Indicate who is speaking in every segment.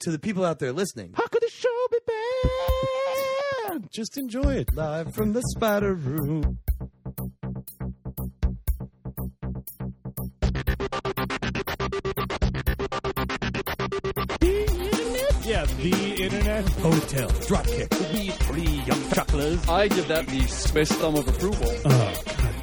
Speaker 1: to the people out there listening.
Speaker 2: How could the show be bad? Just enjoy it.
Speaker 1: Live from the Spider Room.
Speaker 2: Yeah, the internet.
Speaker 1: Hotel. Dropkick.
Speaker 2: We three young chucklers.
Speaker 3: I give that the space thumb of approval.
Speaker 2: Oh, God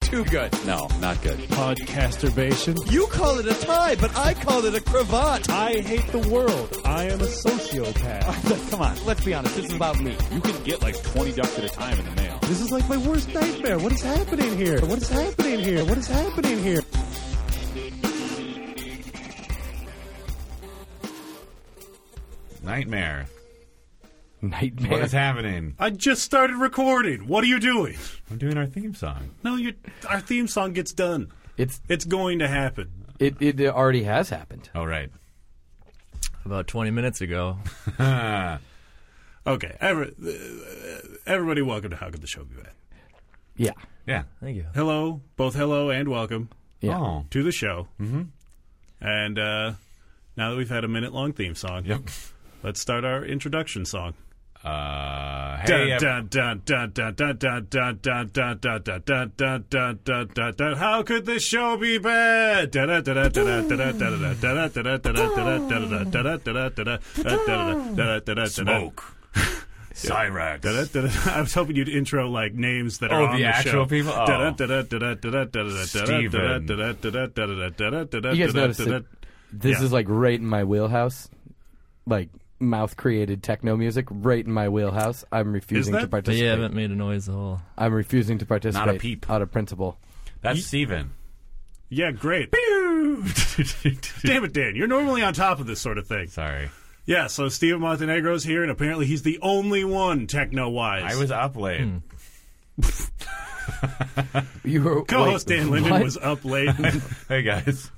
Speaker 3: Too good. No, not good.
Speaker 2: Podcasturbation.
Speaker 1: You call it a tie, but I call it a cravat.
Speaker 2: I hate the world. I am a sociopath. Come on.
Speaker 1: Let's be honest, this is about me.
Speaker 3: You can get like 20 ducks at a time in the mail.
Speaker 2: This is like my worst nightmare. What is happening here? What is happening here? What is happening here?
Speaker 4: Nightmare.
Speaker 3: Nightmare.
Speaker 4: What is happening?
Speaker 5: I just started recording. What are you doing?
Speaker 4: I'm doing our theme song.
Speaker 5: No, you our theme song gets done.
Speaker 6: It's
Speaker 5: It's going to happen.
Speaker 6: it, it already has happened.
Speaker 4: Oh, right.
Speaker 6: About 20 minutes ago.
Speaker 5: Okay, every, uh, everybody, welcome to How Could the Show Be Bad?
Speaker 6: Yeah.
Speaker 4: Yeah.
Speaker 6: Thank you.
Speaker 5: Hello, both hello and welcome
Speaker 6: Yeah.
Speaker 4: Oh.
Speaker 5: to the show. Mm-hmm. And uh, now that we've had a minute-long theme song,
Speaker 4: Yep.
Speaker 5: let's start our introduction song.
Speaker 4: Uh,
Speaker 5: Dun,
Speaker 4: hey, ev-
Speaker 5: dun, dun, dun, dun, dun, dun, dun, dun, dun, dun, dun, dun, dun, dun, dun, dun, dun. How could this show be bad? Da-da, da-da, da-da, da-da, da-da, da-da, da-da, da-da, da-da, da-da, da-da, da-da, da-da, da-da, da-da, da-da, da-da.
Speaker 4: smoke. Cyrax.
Speaker 5: Da-da, da-da. I was hoping you'd intro like names that are
Speaker 4: Oh,
Speaker 5: on
Speaker 4: the
Speaker 5: show.
Speaker 4: actual people? Oh.
Speaker 5: Da-da, da-da, da-da, da-da, da-da,
Speaker 4: Steven.
Speaker 5: da-da, da-da, da-da, da-da, da-da, da-da,
Speaker 6: You guys
Speaker 5: da-da,
Speaker 6: noticed
Speaker 5: da-da.
Speaker 6: that this
Speaker 5: Yeah.
Speaker 6: is like right in my wheelhouse. Like mouth created techno music right in my wheelhouse. I'm refusing to
Speaker 5: that-
Speaker 7: But
Speaker 6: participate.
Speaker 7: you haven't made a noise the whole.
Speaker 6: I'm refusing to participate.
Speaker 4: Not a peep.
Speaker 6: Out of principle.
Speaker 4: That's Steven.
Speaker 5: Yeah, great. Damn it, Dan. You're normally on top of this sort of thing.
Speaker 4: Sorry.
Speaker 5: Yeah, so Steven Montenegro's here, and apparently he's the only one techno wise.
Speaker 4: I was up late.
Speaker 6: Hmm. You were
Speaker 5: co-host
Speaker 6: wait,
Speaker 5: Dan Linden
Speaker 6: what?
Speaker 5: was up late.
Speaker 4: Hey, guys.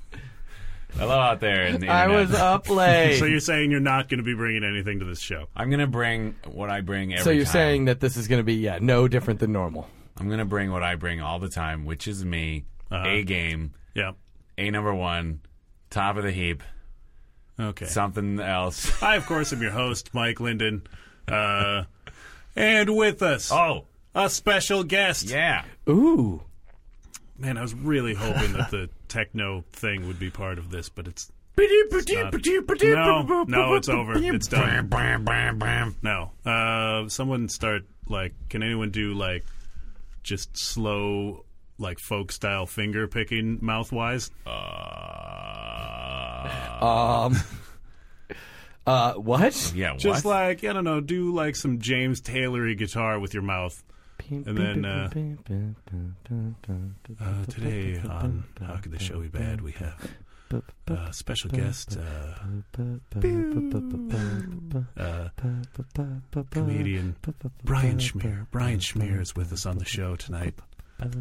Speaker 4: Hello out there in the
Speaker 6: I
Speaker 4: internet.
Speaker 6: was up late.
Speaker 5: so you're saying you're not going to be bringing anything to this show?
Speaker 4: I'm going to bring what I bring every
Speaker 6: So you're
Speaker 4: time.
Speaker 6: saying that this is going to be yeah no different than normal.
Speaker 4: I'm going to bring what I bring all the time, which is me, A game,
Speaker 5: Yeah.
Speaker 4: A number one, top of the heap,
Speaker 5: Okay.
Speaker 4: something else.
Speaker 5: I, of course, am your host, Mike Linden, uh, and with us
Speaker 4: Oh,
Speaker 5: a special guest.
Speaker 4: yeah.
Speaker 6: Ooh.
Speaker 5: Man, I was really hoping that the techno thing would be part of this, but it's no, no, it's over, it's done.
Speaker 4: Bam, bam, bam.
Speaker 5: No. Uh, someone start like. Can anyone do like just slow like folk style finger picking mouth wise?
Speaker 4: Uh,
Speaker 6: Um. uh. What?
Speaker 4: Yeah,
Speaker 5: Just
Speaker 4: what?
Speaker 5: like I don't know, do like some James Taylory guitar with your mouth. And then, uh, Uh, today on How Could the Show Be Bad, we have uh, special guest uh, uh, comedian Brian Schmier. Brian Schmier is with us on the show tonight.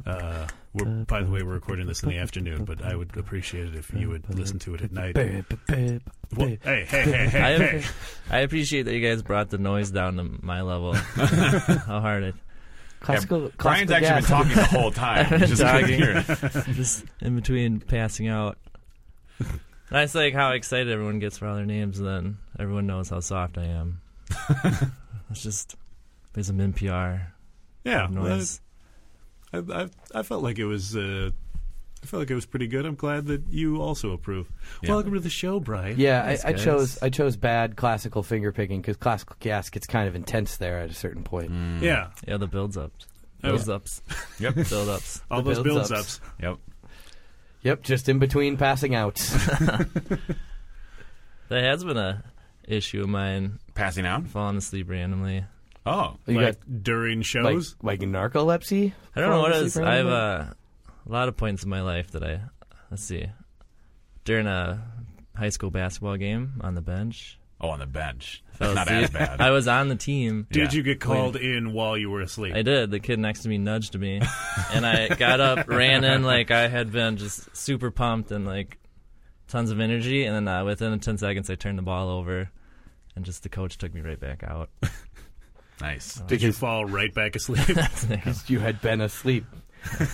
Speaker 5: Uh, we're, by the way, we're recording this in the afternoon, but I would appreciate it if you would listen to it at night. Wha- Hey, hey, hey,
Speaker 7: I,
Speaker 5: hey, hey.
Speaker 7: I appreciate that you guys brought the noise down to my level. How hard it
Speaker 6: classical.
Speaker 4: Brian's
Speaker 6: classical
Speaker 4: actually been
Speaker 6: jazz.
Speaker 4: talking the whole time. You just couldn't
Speaker 7: Talking.
Speaker 4: hear it.
Speaker 7: just in between passing out. That's like how excited everyone gets for all their names, and then everyone knows how soft I am. it's just there's some NPR
Speaker 5: Yeah,
Speaker 7: noise.
Speaker 5: I, I, I felt like it was. Uh, I felt like it was pretty good. I'm glad that you also approve. Welcome to the show, Brian.
Speaker 6: Yeah,
Speaker 7: Nice,
Speaker 6: I, I
Speaker 7: guys.
Speaker 6: chose I chose bad classical finger picking because classical gas gets kind of intense there at a certain point.
Speaker 7: Mm.
Speaker 5: yeah.
Speaker 7: Yeah, the builds ups,
Speaker 5: Oh.
Speaker 7: builds ups,
Speaker 4: Yep.
Speaker 7: build ups.
Speaker 5: All
Speaker 6: The
Speaker 5: those builds
Speaker 6: builds-ups.
Speaker 5: ups.
Speaker 4: Yep.
Speaker 6: Yep, just in between passing out.
Speaker 7: That has been a issue of mine,
Speaker 4: Passing out?
Speaker 7: falling asleep randomly.
Speaker 4: Oh.
Speaker 6: You
Speaker 5: like during
Speaker 6: got like,
Speaker 5: shows.
Speaker 6: like narcolepsy.
Speaker 7: I don't know what it
Speaker 6: Probably
Speaker 7: is. I have
Speaker 6: randomly.
Speaker 7: uh, a lot of points in my life that I let's see. During a high school basketball game on the bench,
Speaker 4: Oh, on the bench.
Speaker 7: I
Speaker 4: That's
Speaker 7: was
Speaker 4: not
Speaker 7: the-
Speaker 4: as bad.
Speaker 7: I was on the team.
Speaker 5: Did
Speaker 4: Yeah.
Speaker 5: you get called in while you were asleep?
Speaker 7: I did. The kid next to me nudged me, and I got up, ran in like I had been just super pumped and like tons of energy. And then uh, within ten seconds, I turned the ball over, and just the coach took me right back out.
Speaker 4: Nice.
Speaker 5: Did you fall right back asleep?
Speaker 7: uh,
Speaker 6: You had been asleep.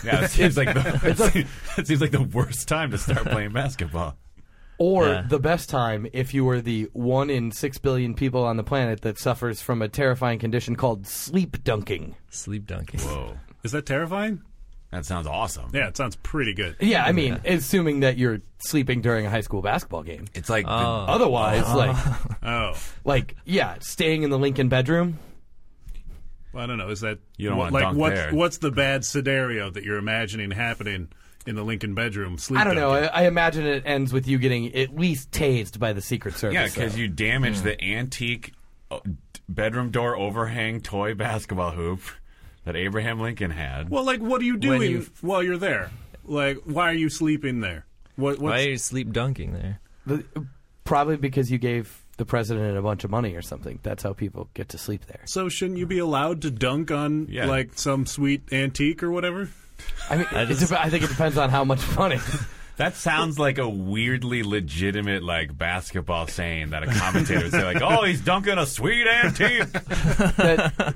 Speaker 4: Yeah, it seems like the it seems, it seems like the worst time to start playing basketball.
Speaker 6: Or
Speaker 7: Yeah.
Speaker 6: the best time if you were the one in six billion people on the planet that suffers from a terrifying condition called sleep dunking.
Speaker 7: Sleep dunking.
Speaker 4: Whoa,
Speaker 5: Is that terrifying?
Speaker 4: that sounds awesome.
Speaker 5: Yeah, it sounds pretty good.
Speaker 6: Yeah, I mean, assuming that you're sleeping during a high school basketball game.
Speaker 4: It's like the-
Speaker 7: Oh.
Speaker 6: Otherwise, like,
Speaker 5: Oh,
Speaker 6: like, yeah, staying in the Lincoln bedroom.
Speaker 5: well, I don't know. Is that
Speaker 4: You don't
Speaker 5: what,
Speaker 4: wanna
Speaker 5: like
Speaker 4: dunk
Speaker 5: what's
Speaker 4: there.
Speaker 5: what's the bad scenario that you're imagining happening in the Lincoln bedroom? Sleep.
Speaker 6: I don't know.
Speaker 5: dunking?
Speaker 6: I, I imagine it ends with you getting at least tased by the Secret Service.
Speaker 4: yeah, because
Speaker 6: though.
Speaker 4: you damage the antique uh, d- bedroom door overhang toy basketball hoop that Abraham Lincoln had.
Speaker 5: Well, like, what are you doing
Speaker 7: you-
Speaker 5: while you're there? Like, why are you sleeping there? What? What's,
Speaker 7: Why are you sleep dunking there?
Speaker 6: The- probably because you gave the president a bunch of money or something. That's how people get to sleep there.
Speaker 5: So shouldn't you be allowed to dunk on
Speaker 4: Yeah.
Speaker 5: like some sweet antique or whatever?
Speaker 6: I mean, I,
Speaker 7: just-
Speaker 6: I think it depends on how much money.
Speaker 4: That sounds like a weirdly legitimate like basketball saying that a commentator would say like, "Oh, he's dunking a sweet antique."
Speaker 6: That-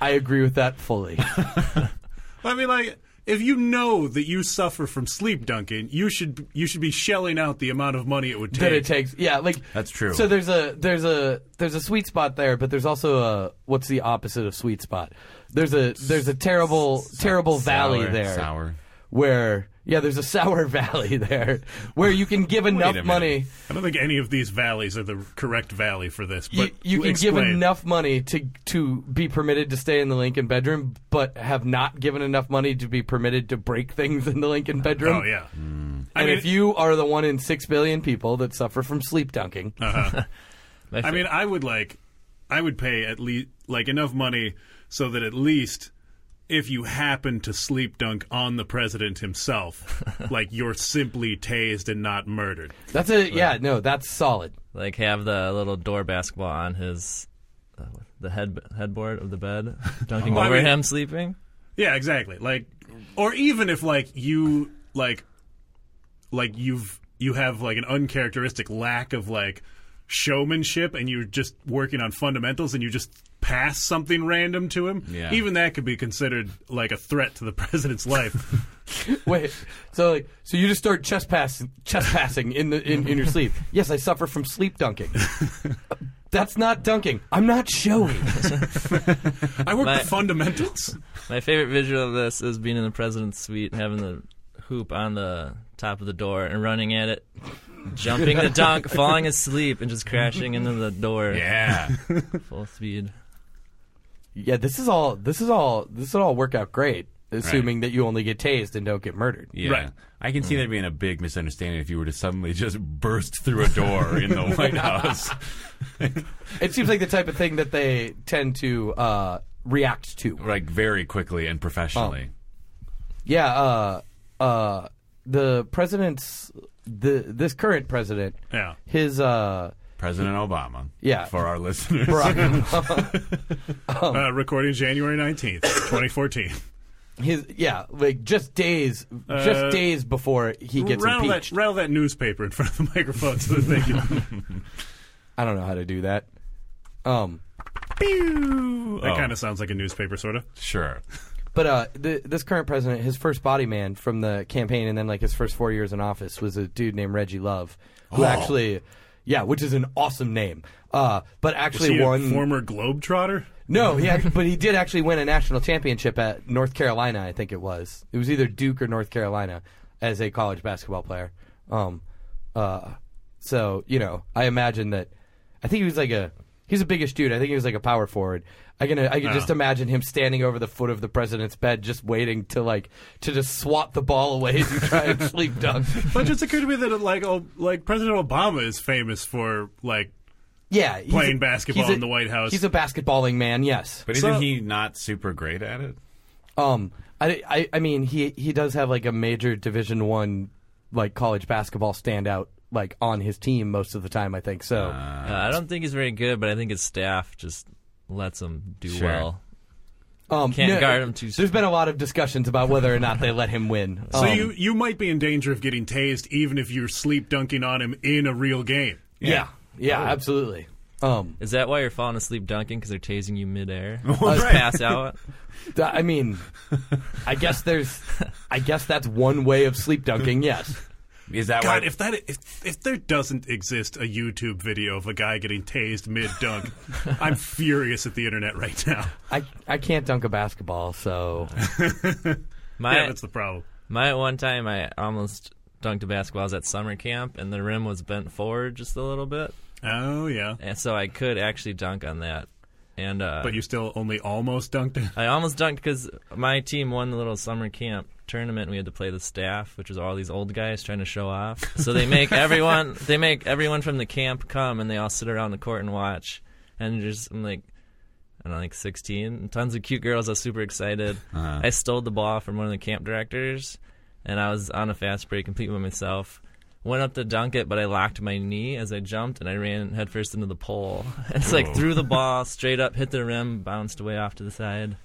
Speaker 6: I agree with that fully.
Speaker 5: I mean, like, if you know that you suffer from sleep dunking, you should you should be shelling out the amount of money it would
Speaker 6: that it
Speaker 5: take.
Speaker 6: takes. Yeah, like
Speaker 4: That's true.
Speaker 6: So there's a there's a there's a sweet spot there, but there's also a what's the opposite of sweet spot? There's a there's a terrible terrible valley
Speaker 4: sour,
Speaker 6: there.
Speaker 4: sour.
Speaker 6: Where yeah, there's a sour valley there where you can give enough
Speaker 4: a minute.
Speaker 6: money.
Speaker 5: I don't think any of these valleys are the correct valley for this.
Speaker 6: You,
Speaker 5: But
Speaker 6: you can
Speaker 5: explain.
Speaker 6: give enough money to to be permitted to stay in the Lincoln bedroom, but have not given enough money to be permitted to break things in the Lincoln bedroom.
Speaker 5: Oh yeah. I
Speaker 6: Mm. And
Speaker 5: mean,
Speaker 6: if you are the one in six billion people that suffer from sleep dunking,
Speaker 7: My
Speaker 5: I mean, I would like, I would pay at least like enough money so that at least if you happen to sleep dunk on the president himself, like you're simply tased and not murdered.
Speaker 6: that's a yeah, no, that's solid.
Speaker 7: like have the little door basketball on his uh, the head headboard of the bed, dunking
Speaker 5: Well, I
Speaker 7: over
Speaker 5: mean-
Speaker 7: him sleeping.
Speaker 5: Yeah, exactly. Like, or even if like you like, like you've you have like an uncharacteristic lack of like showmanship, and you're just working on fundamentals, and you just pass something random to him.
Speaker 4: Yeah.
Speaker 5: Even that could be considered like a threat to the president's life.
Speaker 6: Wait, so like, so you just start chest pass, chest passing in the in, in your sleep? Yes, I suffer from sleep dunking. That's not dunking. I'm not showy.
Speaker 5: I work
Speaker 7: My-
Speaker 5: the fundamentals.
Speaker 7: My favorite visual of this is being in the president's suite, having the hoop on the top of the door and running at it, jumping the dunk, falling asleep, and just crashing into the door
Speaker 4: Yeah,
Speaker 7: full speed.
Speaker 6: Yeah, this is all. This is all. This would all work out great, assuming that you only get tased and don't get murdered.
Speaker 4: yeah.
Speaker 5: Right.
Speaker 4: I can see there being a big misunderstanding if you were to suddenly just burst through a door in the White House.
Speaker 6: It seems like the type of thing that they tend to uh, react to.
Speaker 4: like very quickly and professionally.
Speaker 5: Oh.
Speaker 6: Yeah. Uh, uh, the president's the this current president.
Speaker 5: Yeah.
Speaker 6: His uh,
Speaker 4: President Obama.
Speaker 6: Yeah.
Speaker 4: For our listeners.
Speaker 6: Barack
Speaker 5: Uh, recording January 19th, 2014.
Speaker 6: his yeah, like just days, just
Speaker 5: Uh,
Speaker 6: days before he gets
Speaker 5: rattle, that,
Speaker 6: impeached.
Speaker 5: rattle that newspaper in front of the microphone so that they can.
Speaker 6: I don't know how to do that. Um,
Speaker 5: That kind of sounds like a newspaper, sort of.
Speaker 4: Oh, Sure.
Speaker 6: but uh, the, this current president, his first body man from the campaign, and then like his first four years in office was a dude named Reggie Love, who
Speaker 5: Oh.
Speaker 6: actually, yeah, which is an awesome name. Uh, but
Speaker 5: Is he
Speaker 6: actually
Speaker 5: a
Speaker 6: won.
Speaker 5: former Globetrotter?
Speaker 6: no, yeah, but he did actually win a national championship at North Carolina. I think it was. It was either Duke or North Carolina as a college basketball player. Um, uh, so you know, I imagine that. I think he was like a. He's a biggish dude. I think he was like a power forward. I can I can
Speaker 5: Oh.
Speaker 6: just imagine him standing over the foot of the president's bed, just waiting to like to just swat the ball away as you try and sleep dunk.
Speaker 5: But it just occurred to me that like oh, like President Obama is famous for like
Speaker 6: Yeah, he's
Speaker 5: Playing basketball
Speaker 6: he's
Speaker 5: in the White House.
Speaker 6: He's a basketballing man. Yes.
Speaker 4: But isn't he not super great at it?
Speaker 6: Um, I, I, I mean, he he does have like a major Division One, like college basketball standout, like on his team most of the time. I think so.
Speaker 7: Uh, I don't think he's very good, but I think his staff just lets him do
Speaker 4: Sure.
Speaker 7: well.
Speaker 6: um,
Speaker 7: Can't guard him too.
Speaker 6: There's been a lot of discussions about whether or not they let him win.
Speaker 5: so
Speaker 6: Um,
Speaker 5: you you might be in danger of getting tased even if you're sleep dunking on him in a real game.
Speaker 6: yeah, yeah, absolutely. Um,
Speaker 7: Is that why you're falling asleep dunking? Because they're tasing you midair?
Speaker 4: Well,
Speaker 7: Just
Speaker 4: right.
Speaker 7: pass out.
Speaker 6: th- I mean, I guess there's, I guess that's one way of sleep dunking. Yes.
Speaker 4: Is that
Speaker 5: God,
Speaker 4: why?
Speaker 5: if that if, if there doesn't exist a YouTube video of a guy getting tased mid dunk, I'm furious at the internet right now.
Speaker 6: I, I can't dunk a basketball, so
Speaker 7: My
Speaker 5: Yeah, that's the problem.
Speaker 7: my one time I almost dunked a basketball. I was at summer camp and the rim was bent forward just a little bit,
Speaker 5: Oh yeah,
Speaker 7: and so I could actually dunk on that. And uh,
Speaker 5: but you still only almost dunked it.
Speaker 7: I almost dunked because my team won the little summer camp tournament. We had to play the staff, which was all these old guys trying to show off. So they make everyone they make everyone from the camp come, and they all sit around the court and watch. And just I'm like, I don't know, like 16, and tons of cute girls. I was super excited.
Speaker 6: Uh-huh.
Speaker 7: I stole the ball from one of the camp directors, and I was on a fast break, complete by myself. Went up to dunk it, but I locked my knee as I jumped, and I ran headfirst into the pole. It's like threw the ball straight up, hit the rim, bounced away off to the side,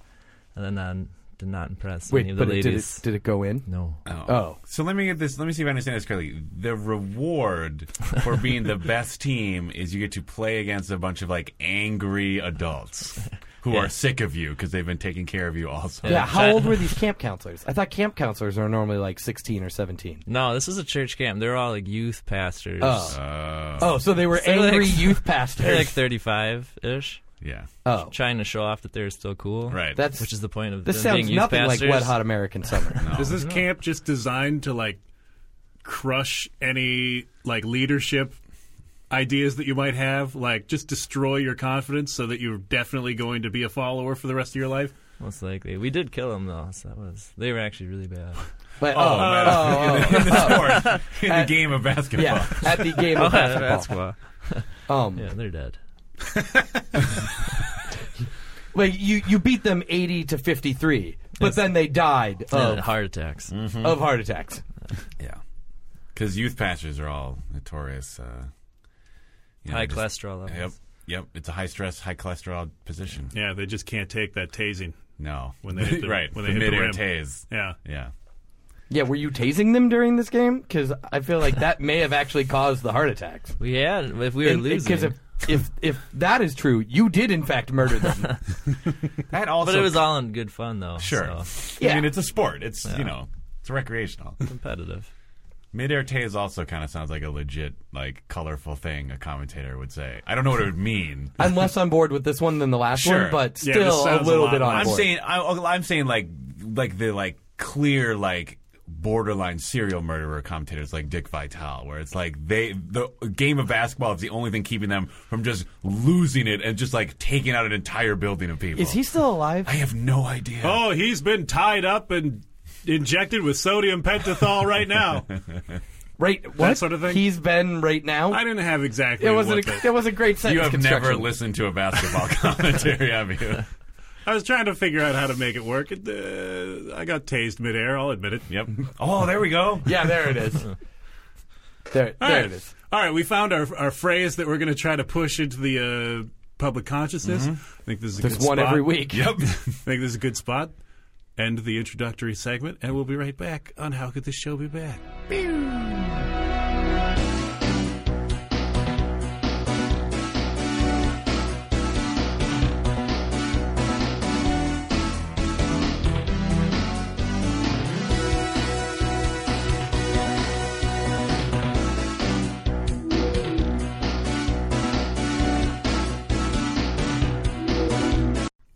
Speaker 7: and then um, did not impress any
Speaker 6: wait,
Speaker 7: of the
Speaker 6: but it, did
Speaker 7: ladies.
Speaker 6: it did it go in?
Speaker 7: no,
Speaker 6: Oh,
Speaker 4: So let me get this. Let me see if I understand this correctly. The reward for being the best team is you get to play against a bunch of like angry adults who are sick of you because they've been taking care of you also.
Speaker 6: yeah. How
Speaker 7: Chi-
Speaker 6: old were these camp counselors? I thought camp counselors are normally like sixteen or seventeen.
Speaker 7: no, this was a church camp. They were all like youth pastors.
Speaker 6: Oh,
Speaker 4: Uh,
Speaker 6: oh, so they were
Speaker 7: So like-
Speaker 6: angry youth
Speaker 7: They're
Speaker 6: pastors.
Speaker 7: like 35 ish,
Speaker 4: yeah.
Speaker 6: oh,
Speaker 7: trying to show off that they're still cool.
Speaker 4: Right.
Speaker 6: that's
Speaker 7: Which is the point of
Speaker 6: this
Speaker 7: them
Speaker 6: sounds
Speaker 7: being youth
Speaker 6: nothing
Speaker 7: pastors.
Speaker 6: like Wet Hot American Summer.
Speaker 5: Is this camp just designed to like crush any like leadership ideas that you might have? Like just destroy your confidence so that you're definitely going to be a follower for the rest of your life?
Speaker 7: Most likely, we did kill them though. So that was they were actually really bad.
Speaker 6: But,
Speaker 4: Oh, man.
Speaker 6: oh,
Speaker 4: in
Speaker 6: oh,
Speaker 4: the sport, in the
Speaker 6: At-
Speaker 4: game of basketball.
Speaker 6: yeah, at the game
Speaker 4: Oh,
Speaker 6: of
Speaker 7: yeah,
Speaker 6: basketball. Um,
Speaker 7: Oh, Yeah, they're dead.
Speaker 6: like you, you beat them eighty to fifty three, but then they died
Speaker 4: Oh.
Speaker 7: Yeah,
Speaker 6: of,
Speaker 7: heart attacks.
Speaker 4: Mm.
Speaker 6: of heart attacks.
Speaker 4: Yeah. Because youth pastors are all notorious. Uh, you know,
Speaker 7: High
Speaker 4: just-
Speaker 7: cholesterol levels.
Speaker 4: Yep. Yep. It's a high stress, high cholesterol position.
Speaker 5: Yeah, they just can't take that tasing.
Speaker 4: No.
Speaker 5: When they hit the-
Speaker 4: right.
Speaker 5: when
Speaker 4: the
Speaker 5: they hit the
Speaker 4: midair
Speaker 5: rim.
Speaker 4: tase.
Speaker 5: Yeah.
Speaker 4: Yeah.
Speaker 6: Yeah, were you tasing them during this game? Because I feel like that may have actually caused the heart attacks.
Speaker 7: We had if we were losing,
Speaker 6: Because if, if if that is true, you did in fact murder them.
Speaker 4: That also.
Speaker 7: but it was all in good fun though.
Speaker 4: Sure.
Speaker 7: so
Speaker 6: Yeah.
Speaker 4: I mean, it's a sport. It's, you know, it's recreational.
Speaker 7: competitive.
Speaker 4: midair tase also kind of sounds like a legit, like, colorful thing a commentator would say. I don't know what it would mean.
Speaker 6: I'm less on board with this one than the last
Speaker 4: Sure.
Speaker 6: one, but
Speaker 5: Yeah,
Speaker 6: still
Speaker 5: this
Speaker 6: a
Speaker 5: sounds a
Speaker 6: little
Speaker 5: lot
Speaker 6: bit on
Speaker 4: I'm
Speaker 6: board.
Speaker 4: saying, I, I'm saying, like, like the, like, clear, like, borderline serial murderer commentators like Dick Vitale, where it's like they, the game of basketball is the only thing keeping them from just losing it and just, like, taking out an entire building of people.
Speaker 6: is he still alive?
Speaker 4: I have no idea.
Speaker 5: Oh, he's been tied up and injected with sodium pentothal right now.
Speaker 6: Right, what?
Speaker 5: sort of thing?
Speaker 6: He's been right now.
Speaker 5: I didn't have exactly
Speaker 6: it
Speaker 5: what
Speaker 6: wasn't.
Speaker 5: the-
Speaker 6: A, it was a great sentence
Speaker 4: You have
Speaker 6: construction.
Speaker 4: never listened to a basketball commentary, have you?
Speaker 5: I was trying to figure out how to make it work. It, uh, I got tased midair. I'll admit it.
Speaker 4: Yep. Oh, there we go.
Speaker 6: Yeah, there it is. there,
Speaker 5: All
Speaker 6: there
Speaker 5: right.
Speaker 6: it is.
Speaker 5: All right, we found our our phrase that we're going to try to push into the uh, public consciousness. I think this is a
Speaker 6: Mm-hmm. There's
Speaker 5: good
Speaker 6: one
Speaker 5: spot.
Speaker 6: every week.
Speaker 4: Yep. Oh.
Speaker 5: I think this is a good spot. End the introductory segment, and we'll be right back on How Could This Show Be Bad?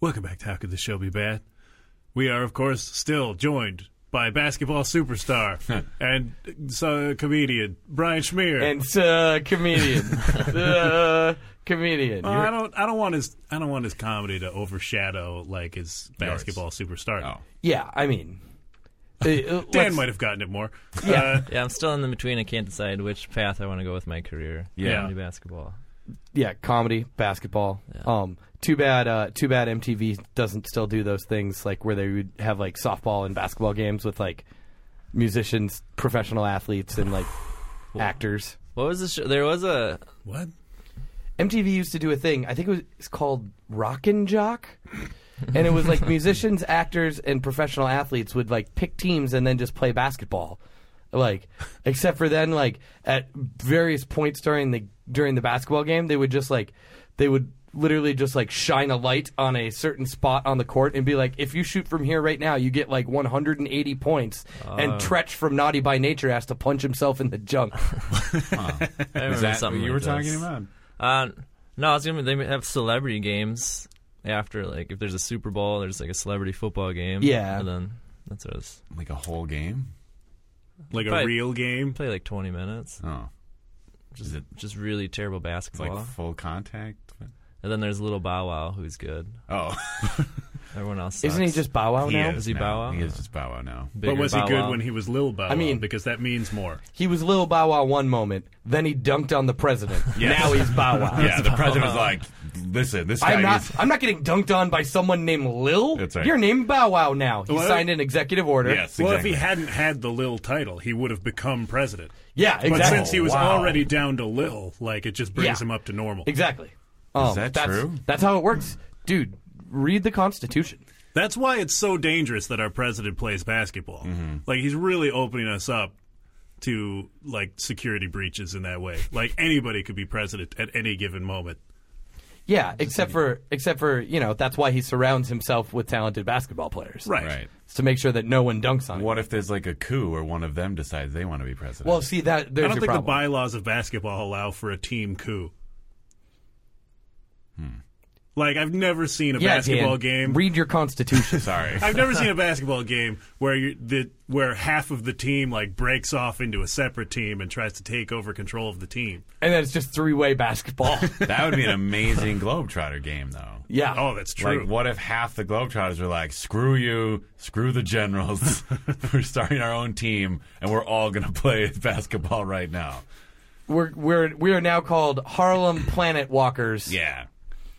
Speaker 5: Welcome back to How Could This Show Be Bad? We are, of course, still joined by basketball superstar and uh, comedian Brian Schmier.
Speaker 6: And uh, comedian, uh, comedian.
Speaker 5: Well,
Speaker 6: You're-
Speaker 5: Oh, I don't. I don't want his. I don't want his comedy to overshadow like his basketball superstar.
Speaker 4: Oh.
Speaker 6: yeah, I mean, uh, uh,
Speaker 5: Dan
Speaker 6: let's-
Speaker 5: might have gotten it more.
Speaker 6: Yeah.
Speaker 5: Uh,
Speaker 7: Yeah, I'm still in the between. I can't decide which path I want to go with my career.
Speaker 4: Yeah.
Speaker 7: Comedy basketball.
Speaker 6: yeah, comedy, basketball. Um, too bad, uh, too bad MTV doesn't still do those things like where they would have like softball and basketball games with like musicians, professional athletes, and like actors.
Speaker 7: What was the show? There was a
Speaker 5: what?
Speaker 6: MTV used to do a thing. I think it was it's called Rockin' Jock, and it was like musicians, actors, and professional athletes would like pick teams and then just play basketball. Like, except for then, like at various points during the during the basketball game, they would just like they would literally just like shine a light on a certain spot on the court and be like, if you shoot from here right now, you get like 180 points. and Tretch from Naughty by Nature has to punch himself in the junk.
Speaker 7: I remember
Speaker 4: Is that what
Speaker 7: something
Speaker 4: you were
Speaker 7: like
Speaker 4: talking
Speaker 7: this.
Speaker 4: about?
Speaker 7: Uh, no, it's gonna. They have celebrity games after, like if there's a Super Bowl, there's like a celebrity football game.
Speaker 6: Yeah.
Speaker 7: and then that's what it was.
Speaker 4: Like a whole game?
Speaker 5: Like a
Speaker 7: But-
Speaker 5: real game.
Speaker 7: Play like 20 minutes,
Speaker 4: Oh,
Speaker 7: just
Speaker 4: it-
Speaker 7: just really terrible
Speaker 4: it's
Speaker 7: basketball.
Speaker 4: like full contact.
Speaker 7: and then there's little Bow Wow, who's good.
Speaker 4: Oh,
Speaker 7: Everyone else,
Speaker 6: Isn't he
Speaker 7: sucks.
Speaker 6: just Bow Wow
Speaker 4: he
Speaker 6: now?
Speaker 4: is
Speaker 7: Is he
Speaker 4: now.
Speaker 7: Bow Wow?
Speaker 4: He is just Bow Wow now.
Speaker 7: Bigger
Speaker 5: but was he
Speaker 7: Bow
Speaker 5: good
Speaker 7: Wow.
Speaker 5: when he was Lil Bow?
Speaker 6: I mean-
Speaker 5: Wow? because that means more.
Speaker 6: He was Lil Bow Wow one moment, then he dunked on the president.
Speaker 4: Yes.
Speaker 6: Now he's Bow Wow.
Speaker 4: Yeah, the president's like, listen, this guy
Speaker 6: Oh, I'm not.
Speaker 4: needs-
Speaker 6: I'm not getting dunked on by someone named Lil.
Speaker 4: That's right.
Speaker 6: You're named Bow Wow now. He
Speaker 5: What?
Speaker 6: signed an executive order.
Speaker 4: Yes,
Speaker 5: Well,
Speaker 4: exactly.
Speaker 5: if he hadn't had the Lil title, he would have become president.
Speaker 6: Yeah. Exactly.
Speaker 5: But since he was
Speaker 4: wow.
Speaker 5: already down to Lil, like it just brings
Speaker 6: Yeah.
Speaker 5: him up to normal.
Speaker 6: Exactly. Um,
Speaker 4: that
Speaker 6: that's,
Speaker 4: true?
Speaker 6: That's how it works, dude. Read the Constitution.
Speaker 5: That's why it's so dangerous that our president plays basketball. Like he's really opening us up to like security breaches in that way. Like anybody could be president at any given moment.
Speaker 6: Yeah, except for except for you know that's why he surrounds himself with talented basketball players,
Speaker 5: Right.
Speaker 4: right.
Speaker 6: It's to make sure that no one dunks on him.
Speaker 4: What if there's like a coup or one of them decides they want to be president?
Speaker 6: Well, see that
Speaker 5: I
Speaker 6: there's
Speaker 5: don't
Speaker 6: your
Speaker 5: think the
Speaker 6: problem.
Speaker 5: bylaws of basketball allow for a team coup. Like I've never seen a
Speaker 6: Hmm. yeah,
Speaker 5: basketball
Speaker 6: Dan,
Speaker 5: game.
Speaker 6: Read your Constitution.
Speaker 4: sorry.
Speaker 5: I've never seen a basketball game where you the where half of the team like breaks off into a separate team and tries to take over control of the team.
Speaker 6: and then it's just three way basketball.
Speaker 4: that would be an amazing Globetrotter game, though.
Speaker 6: yeah.
Speaker 5: Oh, that's true.
Speaker 4: Like, what if half the Globetrotters were like, screw you, screw the generals. we're starting our own team, and we're all going to play basketball right now.
Speaker 6: We're we're we are now called Harlem Planet Walkers.
Speaker 4: Yeah.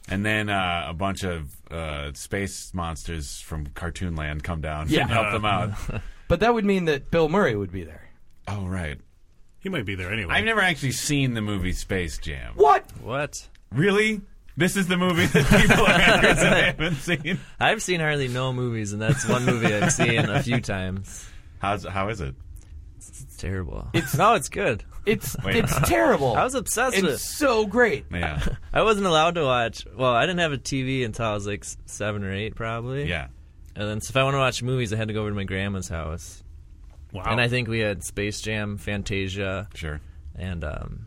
Speaker 4: And then uh, a bunch of uh, space monsters from Cartoon Land come down
Speaker 6: Yeah.
Speaker 4: and help them out.
Speaker 6: But that would mean that Bill Murray would be there.
Speaker 4: oh, right.
Speaker 5: He might be there anyway.
Speaker 4: I've never actually seen the movie Space Jam.
Speaker 6: What?
Speaker 7: What?
Speaker 4: Really? This is the movie that people are angry that I haven't seen.
Speaker 7: I've seen hardly no movies, and that's one movie I've seen a few times.
Speaker 4: How's how is it?
Speaker 7: It's terrible. It's no, it's good.
Speaker 6: It's
Speaker 4: Wait.
Speaker 6: it's terrible.
Speaker 7: I was obsessed
Speaker 6: it's
Speaker 7: with. it.
Speaker 6: so great.
Speaker 4: Yeah,
Speaker 7: I wasn't allowed to watch. Well, I didn't have a TV until I was like s- seven or eight, probably.
Speaker 4: yeah.
Speaker 7: And then, so if I want to watch movies, I had to go over to my grandma's house.
Speaker 5: wow.
Speaker 7: And I think we had Space Jam, Fantasia,
Speaker 4: Sure.
Speaker 7: and um,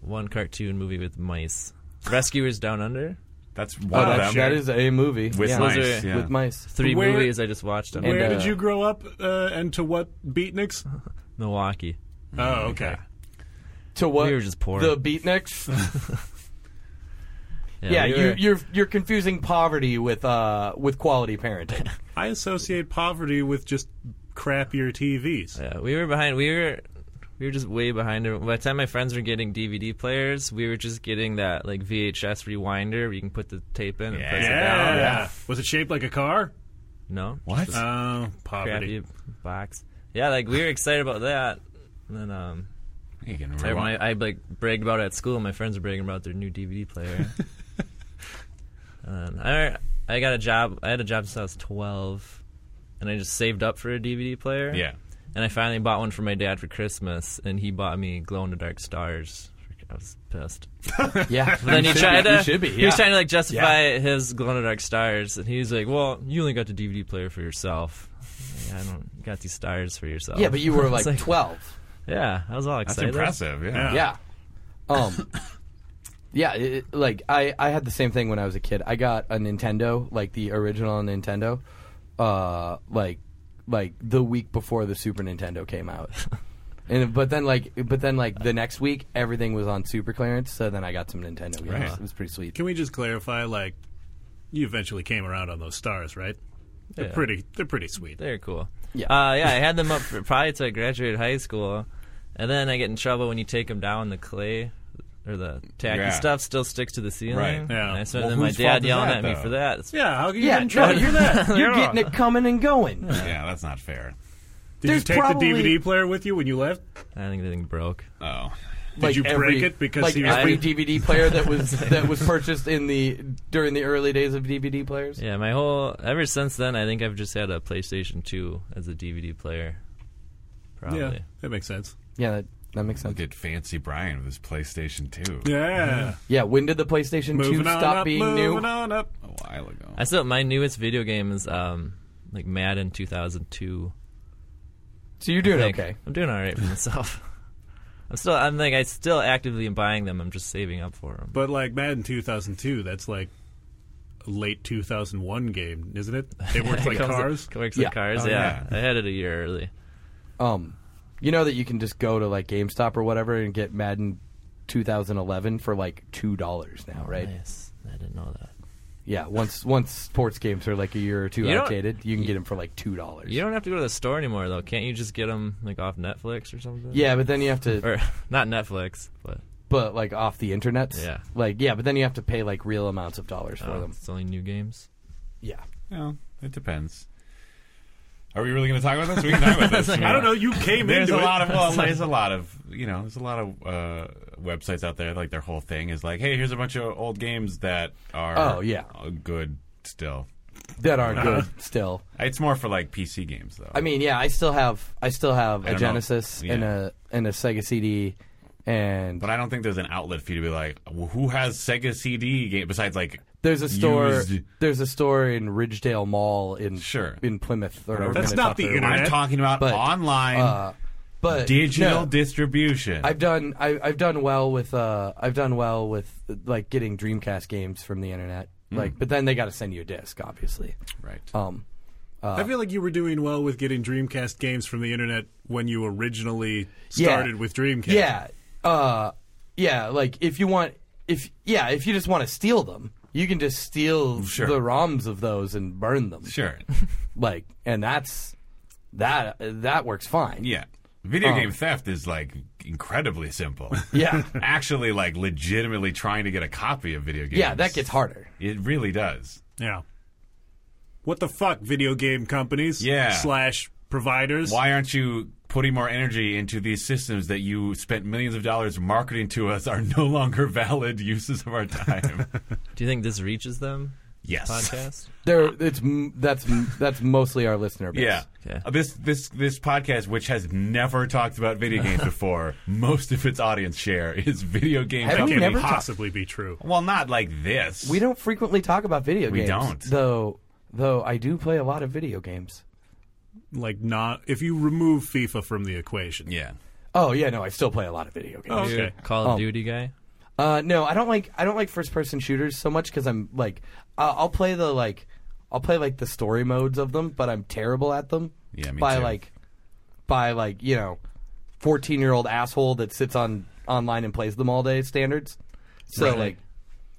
Speaker 7: one cartoon movie with mice. Rescuers Down Under.
Speaker 4: That's one
Speaker 6: Oh, That-
Speaker 4: of them.
Speaker 6: Uh, that is a movie
Speaker 4: with
Speaker 6: yeah.
Speaker 4: mice.
Speaker 7: Those are-
Speaker 4: yeah.
Speaker 6: With mice.
Speaker 7: Three
Speaker 5: Where-
Speaker 7: movies I just watched on
Speaker 6: And,
Speaker 5: Where
Speaker 6: uh,
Speaker 5: did you grow up uh, and to what beatniks?
Speaker 7: Milwaukee.
Speaker 5: Uh-huh. Oh, okay.
Speaker 6: To what?
Speaker 7: We were just poor.
Speaker 6: The Beatniks. yeah,
Speaker 7: we
Speaker 6: you,
Speaker 7: were-
Speaker 6: you're you're confusing poverty with uh with quality parenting.
Speaker 5: I associate poverty with just crappier TVs.
Speaker 7: Yeah, we were behind. We were we were just way behind. everyone. By the time my friends were getting DVD players, we were just getting that like VHS rewinder where you can put the tape in and
Speaker 4: Yeah.
Speaker 7: press it
Speaker 5: Yeah.
Speaker 7: down.
Speaker 5: Was it shaped like a car?
Speaker 7: No,
Speaker 4: What?
Speaker 5: Oh, poverty.
Speaker 7: crappy box. Yeah, like we were excited about that. And then um,
Speaker 4: you can
Speaker 7: I,
Speaker 4: rewind.
Speaker 7: I like bragged about it at school. and My friends were bragging about their new DVD player. and I I got a job. I had a job since I was twelve, and I just saved up for a DVD player.
Speaker 4: Yeah.
Speaker 7: And I finally bought one for my dad for Christmas, and he bought me glow in the dark stars. I was pissed.
Speaker 6: yeah,
Speaker 7: But then he tried to.
Speaker 6: You should be.
Speaker 7: He was
Speaker 6: yeah.
Speaker 7: trying to like justify his glow in the dark stars, and he was like, "Well, you only got the DVD player for yourself. Like, I don't you got these stars for yourself."
Speaker 6: yeah, but you were
Speaker 7: It's
Speaker 6: like twelve.
Speaker 7: Yeah, I was all
Speaker 4: That's
Speaker 7: excited.
Speaker 4: impressive. Yeah.
Speaker 5: Yeah.
Speaker 6: Yeah. Um. yeah, it, it- like I I had the same thing when I was a kid. I got a Nintendo, like the original Nintendo, uh, like like the week before the Super Nintendo came out. And but then like but then like the next week everything was on super clearance, so then I got some Nintendo games.
Speaker 4: Right.
Speaker 6: It was pretty sweet.
Speaker 5: Can we just clarify? Like, you eventually came around on those stars, right? They're
Speaker 7: Yeah.
Speaker 5: pretty. They're pretty sweet.
Speaker 7: They're cool.
Speaker 6: Yeah.
Speaker 7: Uh, yeah, I had them up for, probably till I graduated high school, and then I get in trouble when you take them down. The clay or the tacky
Speaker 4: Yeah.
Speaker 7: stuff still sticks to the ceiling.
Speaker 4: Right.
Speaker 5: Yeah.
Speaker 7: And I started
Speaker 4: Well,
Speaker 7: then my
Speaker 4: whose fault
Speaker 7: dad
Speaker 4: is
Speaker 7: yelling
Speaker 4: that,
Speaker 7: at me
Speaker 4: though?
Speaker 7: for that. It's-
Speaker 5: Yeah. How can you
Speaker 6: Yeah,
Speaker 5: get in trouble?
Speaker 6: no,
Speaker 5: Hear that?
Speaker 6: You're getting it coming and going.
Speaker 4: Yeah, that's not fair.
Speaker 5: Did you
Speaker 6: There's
Speaker 5: take
Speaker 6: probably-
Speaker 5: the DVD player with you when you left?
Speaker 7: I think the thing broke.
Speaker 4: Oh.
Speaker 6: like
Speaker 5: you break
Speaker 6: every,
Speaker 5: it because
Speaker 6: like
Speaker 5: he was
Speaker 6: every
Speaker 5: being-
Speaker 6: DVD player that was that was purchased in the during the early days of DVD players?
Speaker 7: Yeah, my whole ever since then, I think I've just had a PlayStation 2 as a DVD player. Probably.
Speaker 5: Yeah, that makes sense.
Speaker 6: Yeah, that That makes sense.
Speaker 4: Look at Fancy Brian with his PlayStation 2.
Speaker 5: Yeah.
Speaker 6: Yeah, when did the PlayStation 2
Speaker 5: Moving on
Speaker 6: stop
Speaker 5: up,
Speaker 6: being
Speaker 5: moving
Speaker 6: new?
Speaker 5: on up.
Speaker 4: A while ago.
Speaker 7: I still my newest video game is um like Madden 2002.
Speaker 6: So you're doing
Speaker 7: Like,
Speaker 6: okay.
Speaker 7: I'm doing all right for myself. I'm still I'm like I still actively am buying them. I'm just saving up for them.
Speaker 5: But like Madden 2002, that's like a late 2001 game, isn't it? It works like cars.
Speaker 7: Works
Speaker 6: Yeah.
Speaker 7: like cars.
Speaker 4: Oh,
Speaker 7: yeah.
Speaker 4: yeah.
Speaker 7: I had it a year early.
Speaker 6: Um, you know that you can just go to like GameStop or whatever and get Madden 2011 for like two dollars now, right?
Speaker 7: Nice. I didn't know that.
Speaker 6: Yeah. Once once sports games are like a year or two
Speaker 7: You don't-
Speaker 6: outdated, you can get them for like two dollars.
Speaker 7: You don't have to go to the store anymore though. Can't you just get them like off Netflix or something?
Speaker 6: Yeah, but then you have to,
Speaker 7: Or not Netflix, but
Speaker 6: but like off the internet.
Speaker 7: Yeah.
Speaker 6: Like yeah, but then you have to pay like real amounts of dollars for
Speaker 7: uh,
Speaker 6: them.
Speaker 7: it's only new games.
Speaker 6: Yeah.
Speaker 4: Well, it depends. Are we really going to talk about this? We can talk about this.
Speaker 5: I don't know. You came
Speaker 4: There's
Speaker 5: into
Speaker 4: a
Speaker 5: it.
Speaker 4: lot of well, there's a lot of you know, there's a lot of uh, websites out there. Like their whole thing is like, hey, here's a bunch of old games that are
Speaker 6: Oh, yeah.
Speaker 4: uh, good still.
Speaker 6: That aren't good still.
Speaker 4: It's more for like PC games though.
Speaker 6: I mean, yeah, I still have I still have
Speaker 4: I
Speaker 6: a
Speaker 4: don't know.
Speaker 6: Genesis and
Speaker 4: Yeah.
Speaker 6: a and a Sega CD and
Speaker 4: but I don't think there's an outlet for you to be like, well, who has Sega CD game besides like
Speaker 6: There's a store.
Speaker 4: used-
Speaker 6: There's a store in Ridgedale Mall in
Speaker 4: Sure.
Speaker 6: in Plymouth. Or
Speaker 4: That's
Speaker 6: Minnesota
Speaker 5: not the
Speaker 6: or whatever.
Speaker 5: internet.
Speaker 4: I'm talking about
Speaker 6: But,
Speaker 4: online
Speaker 6: Uh, but
Speaker 4: digital
Speaker 6: no,
Speaker 4: distribution.
Speaker 6: I've done. I, I've done well with. Uh, I've done well with like getting Dreamcast games from the internet.
Speaker 4: Hmm.
Speaker 6: Like, but then they got to send you a disc, obviously.
Speaker 4: right.
Speaker 6: Um,
Speaker 5: I feel like you were doing well with getting Dreamcast games from the internet when you originally
Speaker 6: Yeah.
Speaker 5: started with Dreamcast.
Speaker 6: yeah, uh, yeah. Like, if you want, if yeah, if you just want to steal them, you can just steal
Speaker 4: Sure.
Speaker 6: the ROMs of those and burn them.
Speaker 4: Sure.
Speaker 6: Like, and that's that. That works fine.
Speaker 4: Yeah. Video
Speaker 6: Um,
Speaker 4: game theft is like incredibly simple.
Speaker 6: Yeah.
Speaker 4: Actually, like legitimately trying to get a copy of video games.
Speaker 6: Yeah, that gets harder.
Speaker 4: It really does.
Speaker 5: Yeah. What the fuck, video game companies?
Speaker 4: Yeah.
Speaker 5: Slash providers.
Speaker 4: Why aren't you putting more energy into these systems that you spent millions of dollars marketing to us are no longer valid uses of our time?
Speaker 7: Do you think this reaches them?
Speaker 4: yes.
Speaker 7: Podcast.
Speaker 6: There, it's m- that's m- that's mostly our listener base.
Speaker 4: Yeah.
Speaker 7: Okay.
Speaker 4: Uh, This this this podcast, which has never talked about video games before, most of its audience share is video game
Speaker 6: Have
Speaker 5: That
Speaker 6: we
Speaker 4: companies.
Speaker 5: can't
Speaker 6: never talked-
Speaker 5: possibly be true.
Speaker 4: well, not like this.
Speaker 6: we don't frequently talk about video
Speaker 4: We
Speaker 6: games.
Speaker 4: don't.
Speaker 6: though. Though I do play a lot of video games.
Speaker 5: Like not if you remove FIFA from the equation.
Speaker 4: Yeah.
Speaker 6: Oh yeah, no, I still play a lot of video games.
Speaker 5: Okay.
Speaker 7: You're a Call of
Speaker 4: Oh.
Speaker 6: Um,
Speaker 7: Duty guy.
Speaker 6: Uh, no, I don't like I don't like first person shooters so much because I'm like I I'll play the like I'll play like the story modes of them, but I'm terrible at them.
Speaker 4: Yeah, me
Speaker 6: by
Speaker 4: too.
Speaker 6: like by like you know, fourteen year old asshole that sits on online and plays them all day standards. So
Speaker 7: Right.
Speaker 6: like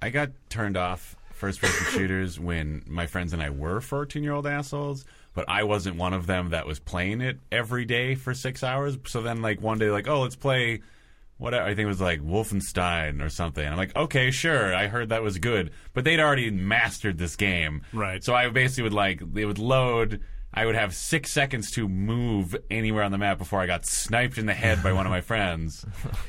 Speaker 4: I got turned off first person shooters when my friends and I were 14 year old assholes, but I wasn't one of them that was playing it every day for six hours. So then, like, one day, like, oh, let's play whatever. I think it was like Wolfenstein or something. I'm like, okay, sure. I heard that was good. But they'd already mastered this game.
Speaker 5: Right.
Speaker 4: So I basically would, like, it would load. I would have six seconds to move anywhere on the map before I got sniped in the head by one of my friends.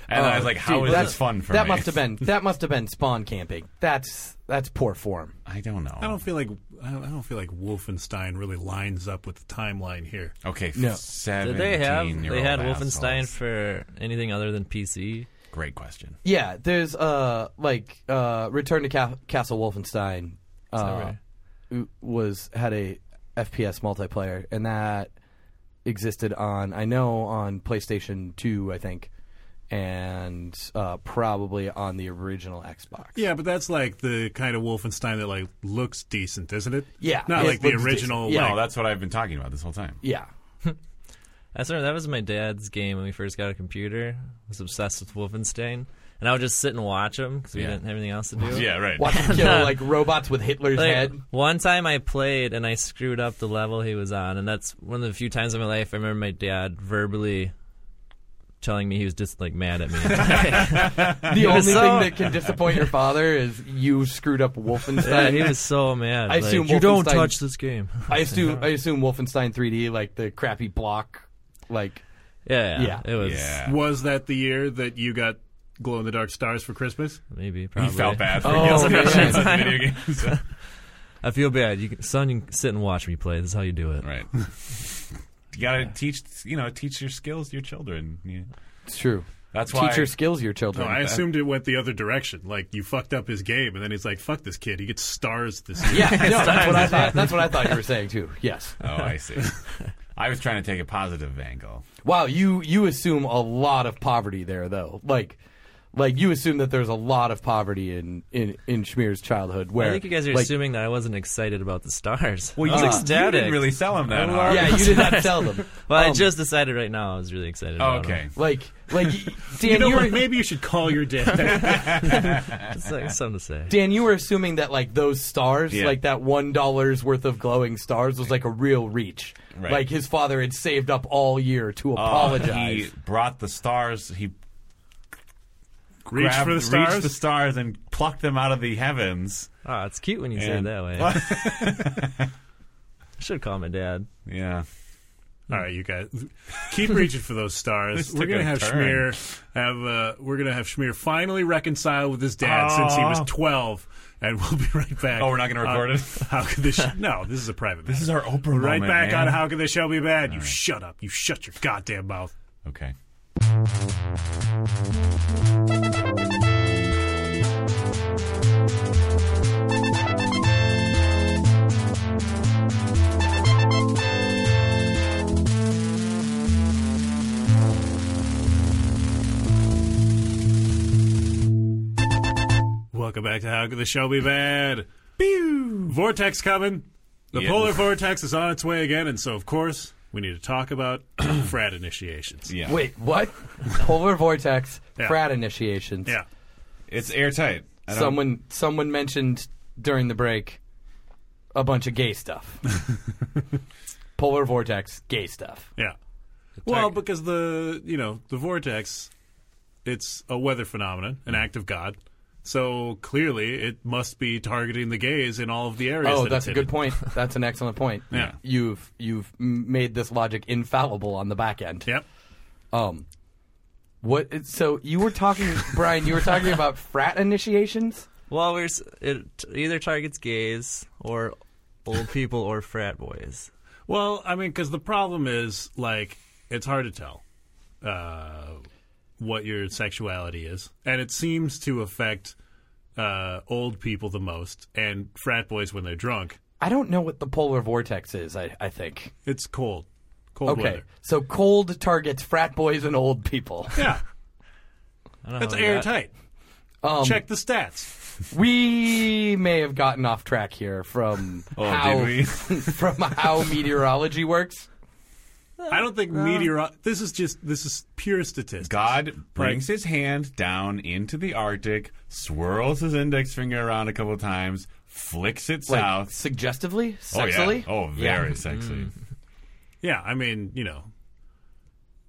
Speaker 4: And I was like, "How is
Speaker 6: Oh, Dude,
Speaker 4: this fun for
Speaker 6: that
Speaker 4: me?
Speaker 6: must have been that must have been spawn camping. That's that's poor form.
Speaker 4: I don't know.
Speaker 5: I don't feel like I don't I don't feel like Wolfenstein really lines up with the timeline here.
Speaker 4: Okay,
Speaker 6: No.
Speaker 4: seventeen.
Speaker 7: Did they have they
Speaker 4: year-old
Speaker 7: had
Speaker 4: assholes.
Speaker 7: Wolfenstein for anything other than PC?
Speaker 4: Great question.
Speaker 6: Yeah, there's uh like uh Return to Ca- Castle Wolfenstein uh,
Speaker 7: right?
Speaker 6: w- was had a FPS multiplayer and that existed on I know on PlayStation 2 I think and uh, probably on the original Xbox.
Speaker 5: Yeah, but that's like the kind of Wolfenstein that like looks decent, isn't it?
Speaker 6: Yeah,
Speaker 5: Not
Speaker 6: it
Speaker 5: like the
Speaker 6: looks
Speaker 5: original.
Speaker 6: decent.
Speaker 4: No,
Speaker 5: like-
Speaker 4: that's what I've been talking about this whole time.
Speaker 6: Yeah.
Speaker 7: I swear that was my dad's game when we first got a computer. I was obsessed with Wolfenstein, and I would just sit and watch him because we
Speaker 4: Yeah.
Speaker 7: didn't have anything else to do.
Speaker 4: Yeah, right.
Speaker 6: Watch him kill like robots with Hitler's
Speaker 7: Like,
Speaker 6: head.
Speaker 7: one time I played and I screwed up the level he was on, and that's one of the few times in my life I remember my dad verbally telling me he was just like mad at me.
Speaker 6: The only
Speaker 7: so-
Speaker 6: thing that can disappoint your father is you screwed up
Speaker 7: Yeah,
Speaker 6: Wolfenstein.
Speaker 7: he was so mad.
Speaker 6: I
Speaker 7: Like,
Speaker 6: assume
Speaker 7: you don't
Speaker 6: Wolfenstein-
Speaker 7: touch this game.
Speaker 6: I assume I assume Wolfenstein 3D, like the crappy block, like
Speaker 7: Yeah,
Speaker 6: Yeah.
Speaker 7: yeah, it was
Speaker 4: yeah.
Speaker 5: Was that the year that you got glow in the dark stars for Christmas?
Speaker 7: maybe
Speaker 4: He
Speaker 7: probably.
Speaker 4: felt bad for
Speaker 6: Oh,
Speaker 4: guilty
Speaker 6: man.
Speaker 4: pleasure on video games.
Speaker 7: I feel bad. You can, son, you can sit and watch me play. This is how you do it.
Speaker 4: right. You gotta teach, you know, teach your skills to your children. Yeah.
Speaker 6: it's true.
Speaker 4: That's why
Speaker 6: teacher skills your children.
Speaker 5: No, I assumed it went the other direction. Like you fucked up his game, and then he's like, "Fuck this kid. He gets stars this year."
Speaker 6: yeah, no, that's what I thought. That's what I thought you were saying too. Yes.
Speaker 4: Oh, I see. I was trying to take a positive angle.
Speaker 6: Wow, you you assume a lot of poverty there though. Like like you assume that there's a lot of poverty in in in Schmear's childhood where
Speaker 7: I think you guys are
Speaker 6: like,
Speaker 7: assuming that I wasn't excited about the stars.
Speaker 4: Well,
Speaker 7: I
Speaker 4: you,
Speaker 7: was
Speaker 4: you
Speaker 7: ecstatic.
Speaker 4: didn't really sell him that hard.
Speaker 6: Yeah, you did not sell them.
Speaker 7: Well, I
Speaker 6: Um,
Speaker 7: just decided right now I was really excited.
Speaker 4: Oh,
Speaker 7: about
Speaker 4: okay.
Speaker 7: them.
Speaker 6: like like y- Dan
Speaker 5: You know
Speaker 6: were-
Speaker 5: what? Maybe you should call your dad.
Speaker 7: It's like something to say.
Speaker 6: Dan, you were assuming that like those stars,
Speaker 4: Yeah.
Speaker 6: like that one dollars worth of glowing stars, was like a real reach.
Speaker 4: Right.
Speaker 6: Like his father had saved up all year to
Speaker 4: Uh,
Speaker 6: apologize.
Speaker 4: He brought the stars. He
Speaker 5: Reach
Speaker 4: grabbed,
Speaker 5: for the
Speaker 4: reached
Speaker 5: stars.
Speaker 4: the stars and plucked them out of the heavens.
Speaker 7: Ah, it's cute when you say it
Speaker 4: And-
Speaker 7: that way. I should call my dad.
Speaker 4: Yeah.
Speaker 5: All right, you guys, keep reaching for those stars. we're
Speaker 4: took
Speaker 5: gonna
Speaker 4: a
Speaker 5: have
Speaker 4: turn.
Speaker 5: Schmear have uh, we're gonna have Schmear finally reconcile with his dad since he was
Speaker 4: Aw.
Speaker 5: twelve, and we'll be right back.
Speaker 4: Oh, we're not gonna record
Speaker 5: on
Speaker 4: it?
Speaker 5: How could this? Sh- no, this is a private.
Speaker 4: This is our Oprah
Speaker 5: We're right
Speaker 4: moment,
Speaker 5: back
Speaker 4: man.
Speaker 5: on how could this show be bad? You shut up. You shut your goddamn mouth.
Speaker 4: Okay.
Speaker 5: Welcome back to How Could the Show Be Bad? Vortex coming. The
Speaker 4: Yeah.
Speaker 5: polar vortex is on its way again, and so of course we need to talk about frat initiations.
Speaker 4: Yeah.
Speaker 6: Wait, what? Polar vortex,
Speaker 5: Yeah.
Speaker 6: frat initiations.
Speaker 5: Yeah.
Speaker 4: It's airtight. I don't-
Speaker 6: Someone someone mentioned during the break a bunch of gay stuff. Polar vortex, gay stuff.
Speaker 5: Yeah. Well, because the you know the vortex, it's a weather phenomenon,
Speaker 6: Mm.
Speaker 5: an act of God. So clearly, it must be targeting the gays in all of the areas.
Speaker 6: Oh,
Speaker 5: that
Speaker 6: that's a
Speaker 5: it's
Speaker 6: good
Speaker 5: hitting.
Speaker 6: point. That's an excellent point.
Speaker 5: Yeah.
Speaker 6: You've you've m- made this logic infallible on the back end.
Speaker 5: Yep.
Speaker 6: Um, what? So you were talking, Brian. You were talking about frat initiations.
Speaker 7: Well, we're s- it t- either targets gays or old people or frat boys.
Speaker 5: Well, I mean, because the problem is like it's hard to tell uh, what your sexuality is, and it seems to affect uh, old people the most, and frat boys when they're drunk.
Speaker 6: I don't know what the polar vortex is. I, I think.
Speaker 5: It's cold, cold
Speaker 6: Okay,
Speaker 5: weather.
Speaker 6: so cold targets frat boys and old people.
Speaker 5: Yeah,
Speaker 7: I don't
Speaker 5: that's
Speaker 7: know that-
Speaker 5: airtight.
Speaker 6: Um,
Speaker 5: Check the stats.
Speaker 6: We may have gotten off track here from
Speaker 4: Oh,
Speaker 6: how
Speaker 4: did we?
Speaker 6: from how meteorology works.
Speaker 5: I don't think meteor. This is just this is pure statistics.
Speaker 4: God brings his hand down into the Arctic, swirls his index finger around a couple of times, flicks it
Speaker 6: Like
Speaker 4: south.
Speaker 6: suggestively, sexually.
Speaker 4: Oh, yeah. oh very sexy.
Speaker 5: Yeah, I mean, you know,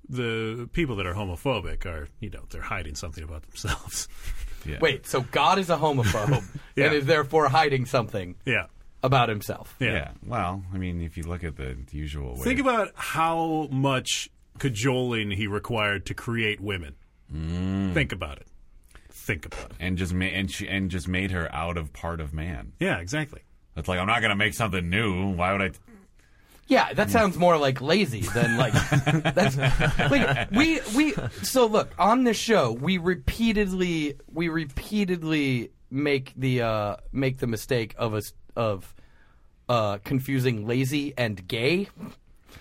Speaker 5: the people that are homophobic are, you know, they're hiding something about themselves.
Speaker 4: Yeah.
Speaker 6: Wait, so God is a homophobe
Speaker 5: Yeah.
Speaker 6: and is therefore hiding something
Speaker 5: yeah,
Speaker 6: about himself.
Speaker 5: yeah.
Speaker 4: Yeah. Well, I mean, if you look at the usual way.
Speaker 5: Think about how much cajoling he required to create women. Think about it. Think about it.
Speaker 4: and just ma- and she and just made her out of part of man.
Speaker 5: Yeah, exactly.
Speaker 4: It's like I'm not gonna make something new. Why would I? T-
Speaker 6: Yeah, that sounds more like lazy than like that's like we we so look, on this show we repeatedly we repeatedly make the uh make the mistake of us of uh confusing lazy and gay.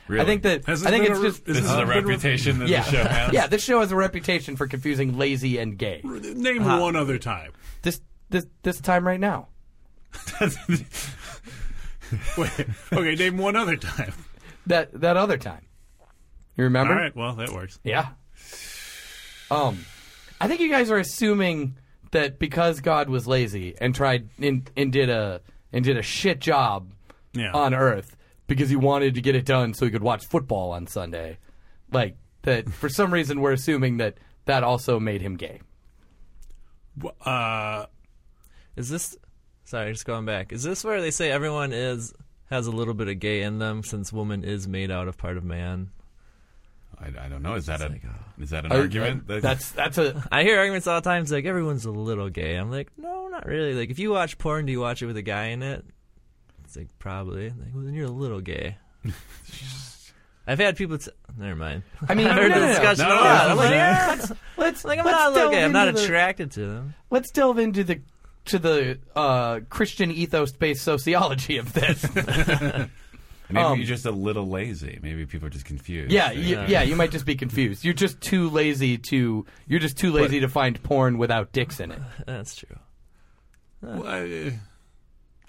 Speaker 4: really?
Speaker 6: I think that
Speaker 5: Has this
Speaker 6: I think
Speaker 5: been
Speaker 6: it's
Speaker 5: a re-
Speaker 6: just
Speaker 5: is
Speaker 4: this is
Speaker 5: Uh,
Speaker 4: a
Speaker 5: been re-
Speaker 4: reputation that
Speaker 6: yeah.
Speaker 4: the show has.
Speaker 6: Yeah, this show has a reputation for confusing lazy and gay.
Speaker 5: Name one other time.
Speaker 6: This this this time right now.
Speaker 5: Wait, okay, name one other time.
Speaker 6: That that other time. You remember?
Speaker 5: All right, well, that works.
Speaker 6: Yeah. Um, I think you guys are assuming that because God was lazy and tried and, and did a and did a shit job
Speaker 5: Yeah.
Speaker 6: on Earth because he wanted to get it done so he could watch football on Sunday, like that. For some reason, we're assuming that that also made him gay.
Speaker 5: W- Uh,
Speaker 7: Is this? Sorry, just going back. Is this where they say everyone is has a little bit of gay in them since woman is made out of part of man?
Speaker 4: I, I don't know. Is that a is that an
Speaker 6: uh, I-
Speaker 4: argument? That-
Speaker 6: That's that's a
Speaker 7: I hear arguments all the time. It's like everyone's a little gay. I'm like, no, not really. Like, if you watch porn, do you watch it with a guy in it? It's like probably. Like, well, then you're a little gay. I've had people. T- Never mind.
Speaker 6: I mean,
Speaker 7: I've heard
Speaker 6: no, no,
Speaker 7: the
Speaker 6: no.
Speaker 7: discussion
Speaker 5: No,
Speaker 7: a lot.
Speaker 5: no,
Speaker 7: I'm like,
Speaker 5: no.
Speaker 7: yeah, let's-
Speaker 6: Let's
Speaker 7: like, I'm
Speaker 6: let's
Speaker 7: not
Speaker 6: delve
Speaker 7: looking. I'm not
Speaker 6: into the-
Speaker 7: attracted to them.
Speaker 6: let's delve into the to the uh, Christian ethos-based sociology of this.
Speaker 4: Maybe
Speaker 6: Um,
Speaker 4: you're just a little lazy. Maybe people are just confused.
Speaker 6: yeah,
Speaker 4: They're-
Speaker 6: you, yeah, you might just be confused. You're just too lazy to. You're just too lazy to find porn without dicks in it.
Speaker 7: That's true.
Speaker 5: Well, I,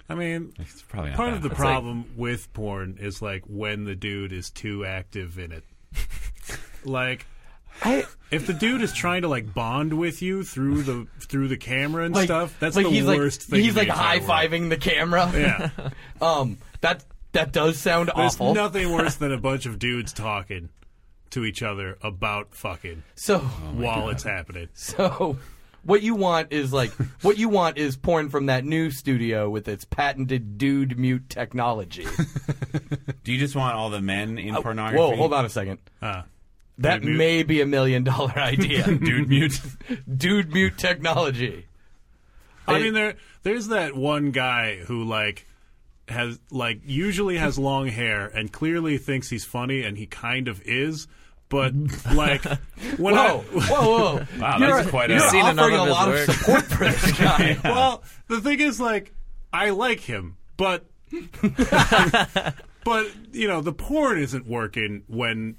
Speaker 5: I mean,
Speaker 4: It's probably not
Speaker 5: part
Speaker 4: that.
Speaker 5: of the
Speaker 4: It's like-
Speaker 5: problem with porn is like when the dude is too active in it. like,
Speaker 6: I
Speaker 5: if the dude is trying to like bond with you through the through the camera and
Speaker 6: like,
Speaker 5: stuff, that's
Speaker 6: like
Speaker 5: the
Speaker 6: he's
Speaker 5: worst
Speaker 6: like,
Speaker 5: thing.
Speaker 6: He's
Speaker 5: in the
Speaker 6: like
Speaker 5: entire
Speaker 6: high
Speaker 5: world.
Speaker 6: fiving the camera.
Speaker 5: Yeah,
Speaker 6: Um, that that does sound
Speaker 5: there's
Speaker 6: awful.
Speaker 5: nothing worse than a bunch of dudes talking to each other about fucking
Speaker 6: so
Speaker 4: Oh
Speaker 5: while it's happening.
Speaker 6: so. What you want is like what you want is porn from that new studio with its patented dude mute technology.
Speaker 4: Do you just want all the men in pornography?
Speaker 6: Uh, Whoa, hold on a second.
Speaker 5: Uh,
Speaker 6: That
Speaker 5: Dude mute?
Speaker 6: may be a million dollar idea.
Speaker 4: Dude, mute.
Speaker 6: dude mute technology.
Speaker 5: I
Speaker 6: It-
Speaker 5: mean, there there's that one guy who like has like usually has long hair and clearly thinks he's funny, and he kind of is. But like when
Speaker 6: Whoa,
Speaker 5: I,
Speaker 6: whoa, whoa!
Speaker 4: Wow,
Speaker 6: you're
Speaker 4: that's quite a-
Speaker 6: you're
Speaker 4: You've
Speaker 7: seen
Speaker 6: offering a
Speaker 7: enough of his
Speaker 6: lot
Speaker 7: work.
Speaker 6: of support for this guy.
Speaker 5: well, the thing is, like, I like him, but but you know, the porn isn't working when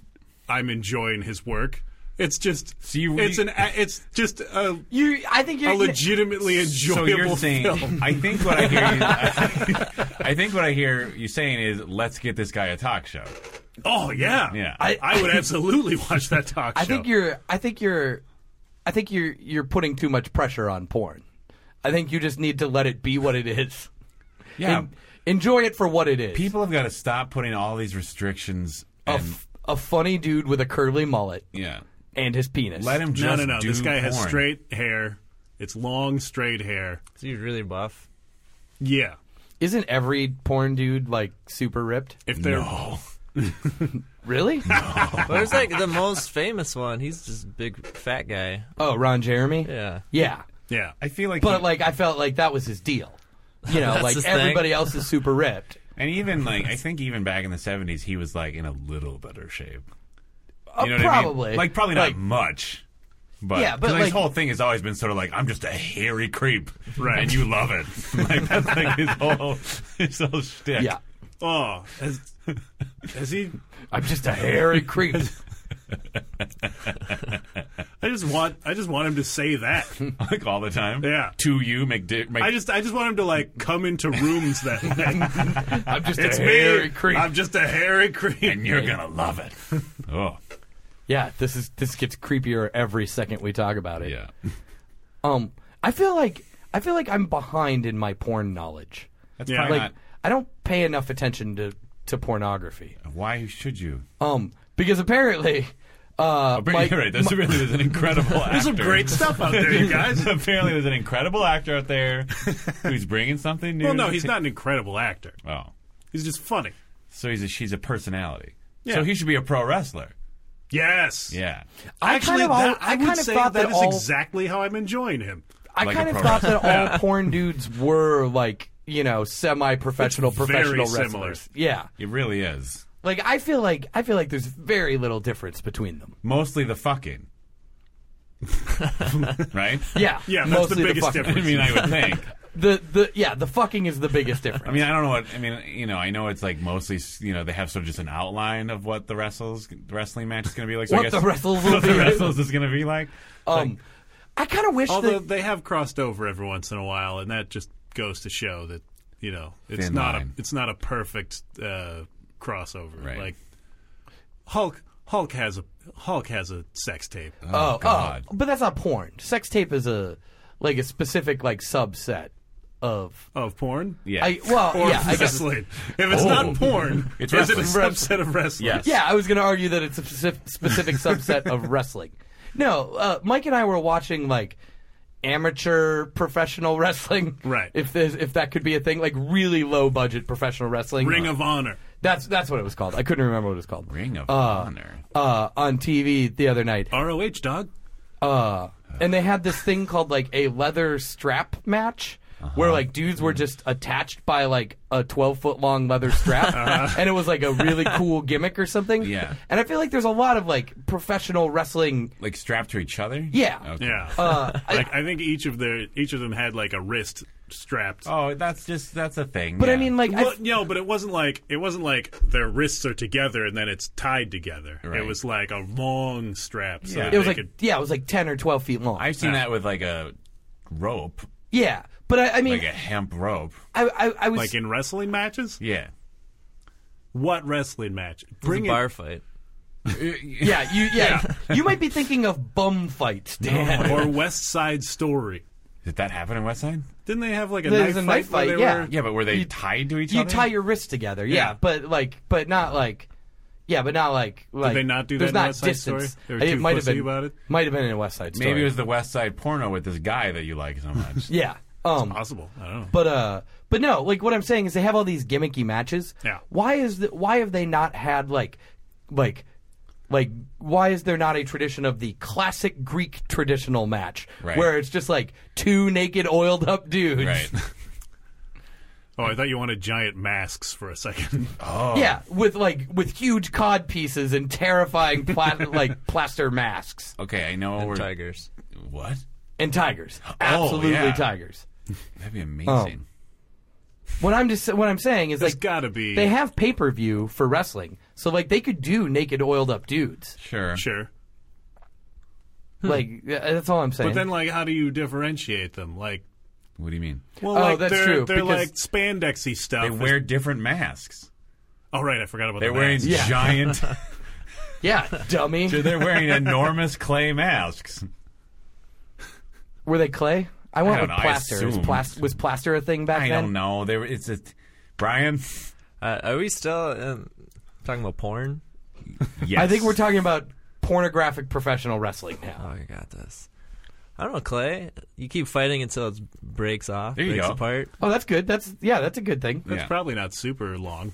Speaker 5: I'm enjoying his work. It's just
Speaker 4: So you-
Speaker 5: it's an a- it's just a,
Speaker 6: You, I think you're
Speaker 5: a legitimately
Speaker 4: So
Speaker 5: enjoyable
Speaker 4: you're saying?
Speaker 5: film.
Speaker 4: I think what I hear. You, I, think what I hear you saying is, let's get this guy a talk show.
Speaker 5: Oh yeah,
Speaker 4: Yeah.
Speaker 5: I, I would absolutely watch that talk show.
Speaker 6: I think you're. I think you're. I think you're. You're putting too much pressure on porn. I think you just need to let it be what it is.
Speaker 4: Yeah,
Speaker 6: En- enjoy it for what it is.
Speaker 4: people have got to stop putting all these restrictions.
Speaker 6: a,
Speaker 4: And,
Speaker 6: f- a funny dude with a curly mullet
Speaker 4: yeah,
Speaker 6: and his penis.
Speaker 4: let him
Speaker 5: no
Speaker 4: just
Speaker 5: no no.
Speaker 4: do
Speaker 5: This guy has
Speaker 4: porn.
Speaker 5: straight hair. It's long straight hair.
Speaker 7: So you're really buff.
Speaker 5: Yeah,
Speaker 6: Isn't every porn dude like super ripped?
Speaker 5: if they're
Speaker 6: Really?
Speaker 7: Where's like the most famous one? He's just a big fat guy.
Speaker 6: oh, Ron Jeremy.
Speaker 7: Yeah.
Speaker 6: Yeah.
Speaker 5: yeah.
Speaker 4: I feel like,
Speaker 6: But
Speaker 4: he-
Speaker 6: like, I felt like that was his deal. You know,
Speaker 7: That's
Speaker 6: like
Speaker 7: his thing.
Speaker 6: everybody else is super ripped.
Speaker 4: and even like, I think even back in the '70s, he was like in a little better shape.
Speaker 6: Uh,
Speaker 4: You know what I mean?
Speaker 6: probably.
Speaker 4: Like probably not much. But,
Speaker 6: Yeah, but
Speaker 4: 'cause
Speaker 6: like-
Speaker 4: his whole thing has always been sort of like I'm just a hairy creep,
Speaker 5: Right.
Speaker 4: And you love it. like that's like his whole his whole shtick.
Speaker 6: yeah.
Speaker 5: Oh, has, has he?
Speaker 6: I'm just a hairy creep.
Speaker 5: I just want I just want him to say that.
Speaker 4: like all the time.
Speaker 5: Yeah.
Speaker 4: to you, McDick. Mc-
Speaker 5: I just I just want him to like come into rooms that way.
Speaker 6: I'm just
Speaker 5: it's
Speaker 6: a hairy
Speaker 5: me.
Speaker 6: creep.
Speaker 5: I'm just a hairy creep.
Speaker 4: and you're gonna love it. oh,
Speaker 6: Yeah, this is this gets creepier every second we talk about it.
Speaker 4: yeah.
Speaker 6: Um, I feel like I feel like I'm behind in my porn knowledge.
Speaker 4: That's
Speaker 5: Yeah.
Speaker 4: probably
Speaker 6: like
Speaker 4: not.
Speaker 6: I don't pay enough attention to to pornography.
Speaker 4: Why should you?
Speaker 6: Um, because apparently, uh,
Speaker 4: Apparently,
Speaker 6: Mike,
Speaker 4: you're right. There's
Speaker 6: Mi-
Speaker 4: apparently there's an incredible.
Speaker 5: There's some
Speaker 4: actor.
Speaker 5: great stuff out there, you guys.
Speaker 4: apparently, there's an incredible actor out there who's bringing something new.
Speaker 5: Well, no, he's
Speaker 4: to-
Speaker 5: not an incredible actor.
Speaker 4: Oh,
Speaker 5: He's just funny.
Speaker 4: so he's a, she's a personality.
Speaker 5: Yeah.
Speaker 4: So he should be a pro wrestler.
Speaker 5: Yes.
Speaker 4: Yeah.
Speaker 6: I
Speaker 5: Actually,
Speaker 6: kind of,
Speaker 5: that,
Speaker 6: al-
Speaker 5: I,
Speaker 6: I
Speaker 5: would
Speaker 6: kind of
Speaker 5: say
Speaker 6: thought that,
Speaker 5: that is
Speaker 6: all
Speaker 5: exactly how I'm enjoying him.
Speaker 6: I
Speaker 4: like a
Speaker 6: kind of
Speaker 4: pro
Speaker 6: thought that all porn dudes were like you know semi-professional
Speaker 5: It's very
Speaker 6: professional
Speaker 5: similar.
Speaker 6: wrestlers. Yeah,
Speaker 4: It really is.
Speaker 6: like I feel like I feel like there's very little difference between them.
Speaker 4: Mostly the fucking. right?
Speaker 6: Yeah,
Speaker 5: Yeah, that's the
Speaker 6: mostly
Speaker 5: biggest
Speaker 6: fucking.
Speaker 4: I mean, I would think.
Speaker 6: The the yeah, the fucking is the biggest difference.
Speaker 4: I mean, I don't know what. I mean, you know, I know it's like mostly, you know, they have sort of just an outline of what the wrestles wrestling match is going to be like. So I
Speaker 6: what
Speaker 4: guess
Speaker 6: the wrestles will
Speaker 4: what the
Speaker 6: be.
Speaker 4: wrestles is going to be like.
Speaker 6: Um, I kind of wish
Speaker 5: Although
Speaker 6: that
Speaker 5: they have crossed over every once in a while, and that just goes to show that you know it's
Speaker 4: Thin
Speaker 5: not
Speaker 4: line.
Speaker 5: a it's not a perfect uh, crossover.
Speaker 4: Right.
Speaker 5: Like Hulk Hulk has a Hulk has a sex tape.
Speaker 4: Uh.
Speaker 6: oh,
Speaker 4: God.
Speaker 6: oh, but that's not porn. Sex tape is a like a specific like subset of.
Speaker 5: Of porn?
Speaker 4: Yeah.
Speaker 6: I well
Speaker 5: Or
Speaker 6: Oh, yeah I guess
Speaker 5: wrestling. If it's
Speaker 4: Oh.
Speaker 5: not porn,
Speaker 4: It's
Speaker 5: is it a
Speaker 4: wrestling.
Speaker 5: subset of wrestling?
Speaker 4: Yes.
Speaker 6: yeah I was gonna argue that it's a specific, specific subset of wrestling. No, uh, Mike and I were watching like amateur professional wrestling.
Speaker 5: Right.
Speaker 6: If there's, if that could be a thing, like really low budget professional wrestling.
Speaker 5: Ring of Honor.
Speaker 6: that's that's what it was called. I couldn't remember what it was called.
Speaker 4: Ring of
Speaker 6: Uh,
Speaker 4: Honor.
Speaker 6: uh, on TV the other night.
Speaker 5: ROH, dog.
Speaker 6: Uh, and they had this thing called like a leather strap match where like dudes were just attached by like a 12 foot long leather strap, and it was like a really cool gimmick or something.
Speaker 4: Yeah.
Speaker 6: And I feel like there's a lot of like professional wrestling.
Speaker 4: Like strapped to each other?
Speaker 6: Yeah.
Speaker 4: Okay.
Speaker 5: Yeah.
Speaker 6: Uh, I-
Speaker 5: like I think each of their each of them had like a wrist strapped.
Speaker 4: Oh, that's just that's a thing.
Speaker 6: but I
Speaker 4: yeah.
Speaker 6: mean, like, I-
Speaker 5: Well, no, but it wasn't like it wasn't like their wrists are together and then it's tied together.
Speaker 4: Right.
Speaker 5: It was like a long strap. So
Speaker 4: Yeah.
Speaker 5: that
Speaker 6: it was
Speaker 5: they
Speaker 6: like
Speaker 5: could,
Speaker 6: yeah, it was like 10 or 12 feet long.
Speaker 4: I've seen
Speaker 5: Yeah.
Speaker 4: that with like a rope,
Speaker 6: yeah, but I, I mean,
Speaker 4: like a hemp rope.
Speaker 6: I, I, I was
Speaker 5: like in wrestling matches.
Speaker 4: Yeah.
Speaker 5: What wrestling match?
Speaker 7: It's a
Speaker 5: Bring it.
Speaker 7: bar fight.
Speaker 6: Yeah, you yeah. you might be thinking of bum fights. Dan.
Speaker 5: or West Side Story.
Speaker 4: Did that happen in West Side?
Speaker 5: Didn't they have like a,
Speaker 6: There's
Speaker 5: knife,
Speaker 6: a knife
Speaker 5: where
Speaker 6: fight,
Speaker 5: they
Speaker 6: yeah.
Speaker 5: were-
Speaker 4: Yeah, but were they tied to each
Speaker 6: You
Speaker 4: other?
Speaker 6: tie your wrists together, yeah,
Speaker 4: Yeah.
Speaker 6: But like, but not like, yeah, but not like. like
Speaker 5: they not do that
Speaker 6: there's
Speaker 5: in
Speaker 6: not
Speaker 5: West Side
Speaker 6: distance.
Speaker 5: Story? They were
Speaker 6: I-
Speaker 5: too
Speaker 6: might have
Speaker 5: pussy
Speaker 6: been
Speaker 5: about it?
Speaker 6: Might have been in a West Side Story.
Speaker 4: Maybe it was the West Side porno with this guy that you like so much.
Speaker 6: yeah. Um,
Speaker 5: Possible. I don't know.
Speaker 6: but uh, but no, like what I'm saying is they have all these gimmicky matches.
Speaker 5: Yeah.
Speaker 6: Why is the, why have they not had like, like. Like, why is there not a tradition of the classic Greek traditional match
Speaker 4: Right.
Speaker 6: where it's just like two naked, oiled up dudes?
Speaker 4: right.
Speaker 5: oh, I thought you wanted giant masks for a second.
Speaker 6: Yeah, with like with huge cod pieces and terrifying pla- like plaster masks
Speaker 4: Okay, I know
Speaker 7: And
Speaker 4: we're
Speaker 7: tigers.
Speaker 4: What?
Speaker 6: and tigers. Absolutely
Speaker 4: Oh, yeah.
Speaker 6: tigers.
Speaker 4: That'd
Speaker 6: Oh.
Speaker 4: be amazing.
Speaker 6: What I'm just what I'm saying is
Speaker 5: There's
Speaker 6: like
Speaker 5: gotta be-
Speaker 6: they have pay per view for wrestling, so like they could do naked oiled up dudes.
Speaker 4: Sure.
Speaker 5: sure.
Speaker 4: Hmm.
Speaker 6: Like yeah, that's all I'm saying.
Speaker 5: But then, like, how do you differentiate them? Like,
Speaker 4: What do you mean?
Speaker 5: well,
Speaker 6: Oh,
Speaker 5: like
Speaker 6: that's
Speaker 5: they're,
Speaker 6: true,
Speaker 5: They're
Speaker 6: because-
Speaker 5: like spandexy stuff.
Speaker 4: They wear different masks.
Speaker 5: Oh, right, I forgot about.
Speaker 4: They're
Speaker 5: the
Speaker 4: wearing
Speaker 5: masks.
Speaker 6: Yeah.
Speaker 4: giant.
Speaker 6: yeah, dummy.
Speaker 4: they're wearing enormous clay masks.
Speaker 6: Were they clay? I went
Speaker 4: I
Speaker 6: with
Speaker 4: don't know, I
Speaker 6: plaster. Is
Speaker 4: assume.
Speaker 6: plas- was plaster a thing back
Speaker 4: I
Speaker 6: then?
Speaker 4: don't know. They were. It's a. Brian.
Speaker 7: Uh, are we still um, talking about porn?
Speaker 4: Yes.
Speaker 6: I think we're talking about pornographic professional wrestling now.
Speaker 7: Oh, you got this. I don't know, Clay. You keep fighting until it breaks off,
Speaker 4: There you
Speaker 7: breaks
Speaker 4: go.
Speaker 7: apart.
Speaker 6: Oh, that's good. That's yeah, that's a good thing.
Speaker 5: That's
Speaker 4: Yeah.
Speaker 5: probably not super long.